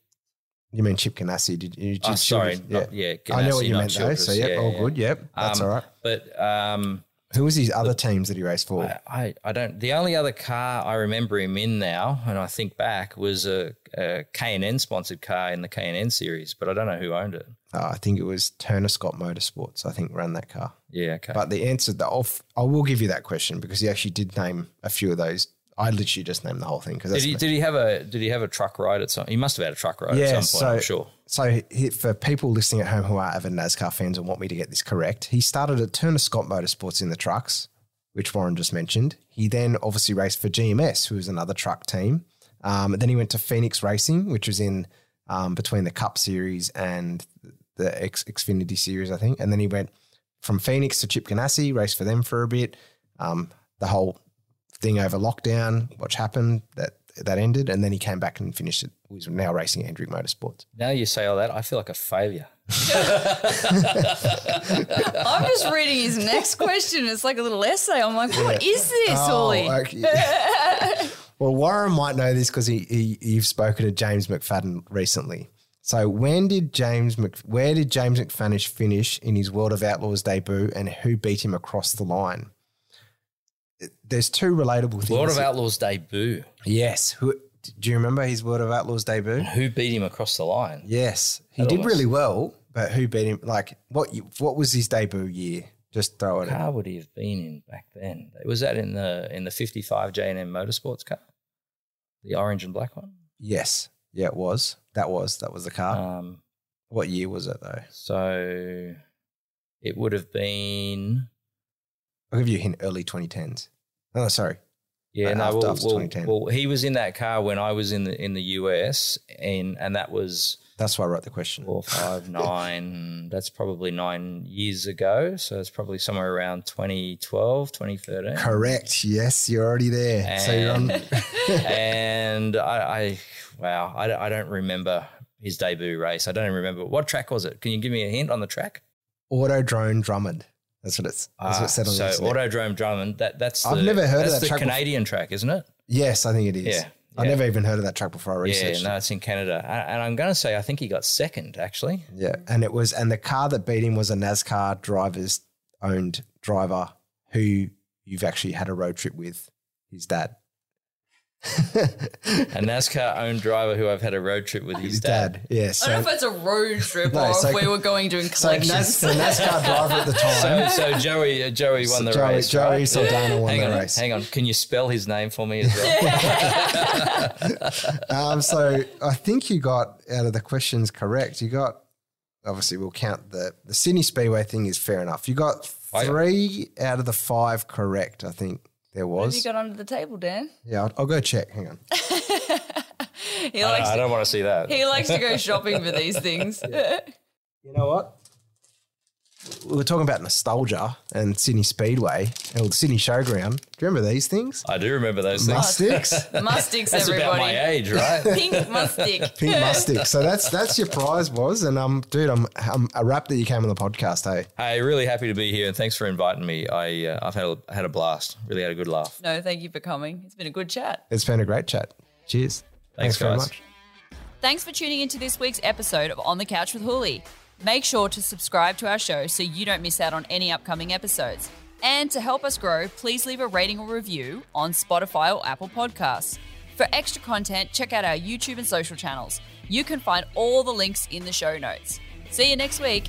S2: You mean Chip Ganassi? Did you?
S1: oh,
S2: Chip-
S1: sorry,
S2: Yeah.
S1: not- yeah,
S2: I know
S1: Ganassi,
S2: what you
S1: not
S2: meant though. So
S1: Childress.
S2: yep,
S1: Yeah,
S2: all
S1: yeah,
S2: good. Yep, that's
S1: Um,
S2: all right.
S1: But um,
S2: Who was his other teams that he raced for?
S1: I, I, I don't. The only other car I remember him in now, and I think back, was a, a K&N sponsored car in the K&N series, but I don't know who owned it.
S2: Uh, I think it was Turner Scott Motorsports. I think ran that car.
S1: Yeah, okay.
S2: But the answer, the off, I will give you that question because he actually did name a few of those. I literally just named the whole thing because
S1: Did
S2: that's
S1: he, did he have a did he have a truck ride at some? He must have had a truck ride
S2: Yeah,
S1: at some point. I'm
S2: so-
S1: sure.
S2: So he, for people listening at home who are avid NASCAR fans and want me to get this correct, he started at Turner Scott Motorsports in the trucks, which Warren just mentioned. He then obviously raced for GMS, who was another truck team. Um, then he went to Phoenix Racing, which was in um, between the Cup Series and the X, Xfinity Series, I think. And then he went from Phoenix to Chip Ganassi, raced for them for a bit. Um, the whole thing over lockdown, what happened, that that ended, and then he came back and finished it. He's now racing Hendrick Motorsports.
S1: Now you say all that, I feel like a failure.
S5: I'm just reading his next question. It's like a little essay. I'm like, what is this, Ollie?
S2: Oh, okay. well, Warren might know this because he, he you've spoken to James McFadden recently. So when did James Mc, where did James McFadden finish in his World of Outlaws debut, and who beat him across the line? There's two relatable things.
S1: World of Outlaws debut.
S2: Yes. Who, do you remember his World of Outlaws debut?
S1: Who beat him across the line?
S2: Yes, he
S1: That
S2: did
S1: was-
S2: really well. But who beat him? Like what? you- What was his debut year? Just throw it.
S1: What
S2: out.
S1: car would he have been in back then? Was that in the in the fifty five J and M Motorsports car, the orange and black one?
S2: Yes. Yeah, it was. That was. That was the car.
S1: Um,
S2: what year was it though?
S1: so it would have been
S2: I'll give you a hint. Early 2010s. Oh, sorry.
S1: Yeah,
S2: Uh,
S1: no,
S2: after-
S1: well,
S2: after
S1: well-
S2: 2010.
S1: well, he was in that car when I was in the in the US, and and that was
S2: That's why I wrote the question.
S1: four, five, nine. That's probably nine years ago, so it's probably somewhere around 2012, 2013.
S2: Correct. Yes, you're already there. so you're on.
S1: And, and I, I, wow, I, don't- I don't remember his debut race. I don't even remember what track was it. Can you give me a hint on the track?
S2: Autodrome Drummond. That's what it's. That's
S1: Ah,
S2: what it said on
S1: so
S2: the internet.
S1: Autodrome Drummond. That that's
S2: I've
S1: the-
S2: never heard of
S1: that's
S2: that
S1: the
S2: track before.
S1: Canadian track, isn't it?
S2: yes, I think it is.
S1: Yeah,
S2: I
S1: yeah.
S2: never even heard of that track before I researched.
S1: Yeah, no, it's in Canada, and, and I'm going to say I think he got second actually.
S2: it. yeah, Mm. and it was, and the car that beat him was a NASCAR driver's owned driver who you've actually had a road trip with, his dad.
S1: A NASCAR owned driver who I've had a road trip with his, dad.
S2: Yeah.
S3: I don't
S2: So,
S3: know if it's a road trip
S2: No,
S3: or
S2: so-
S3: if we were going doing
S2: so
S3: collections.
S2: Nas- the NASCAR driver at the
S1: So,
S2: time.
S1: so Joey, uh, Joey won the
S2: Joey,
S1: race.
S2: Joey
S1: right?
S2: Saldana won
S1: hang
S2: the
S1: on,
S2: race.
S1: hang on. Can you spell his name for me as well?
S2: Um, so I think you got out of the questions correct. You got obviously we'll count the the Sydney Speedway thing is fair enough. You got
S1: I-
S2: three out of the five correct. I think there
S5: What have you
S2: was.
S5: got under the table, Dan?
S2: Yeah, I'll, I'll go check. Hang on.
S3: he,
S1: I,
S3: likes
S1: I
S3: to,
S1: don't want to see that.
S3: he likes to go shopping for these things.
S2: You know what? We were talking about nostalgia and Sydney Speedway, or the Sydney Showground. Do you remember these things?
S1: I do remember those things.
S2: Mustics,
S3: Mustics,
S1: That's about
S3: everybody.
S1: my age, right?
S3: Pink mustick.
S2: pink mustics. So that's that's your prize was, and um, dude, I'm I'm a rap that you came on the podcast. Hey,
S1: hey, really happy to be here, and thanks for inviting me. I uh, I've had a, had a blast. Really had a good laugh.
S3: No, thank you for coming. It's been a good chat.
S2: it's been a great chat. Cheers.
S1: Thanks, guys.
S3: Thanks for tuning into this week's episode of On the Couch with Hooli. Make sure to subscribe to our show so you don't miss out on any upcoming episodes. And to help us grow, please leave a rating or review on Spotify or Apple Podcasts. For extra content, check out our YouTube and social channels. You can find all the links in the show notes. See you next week.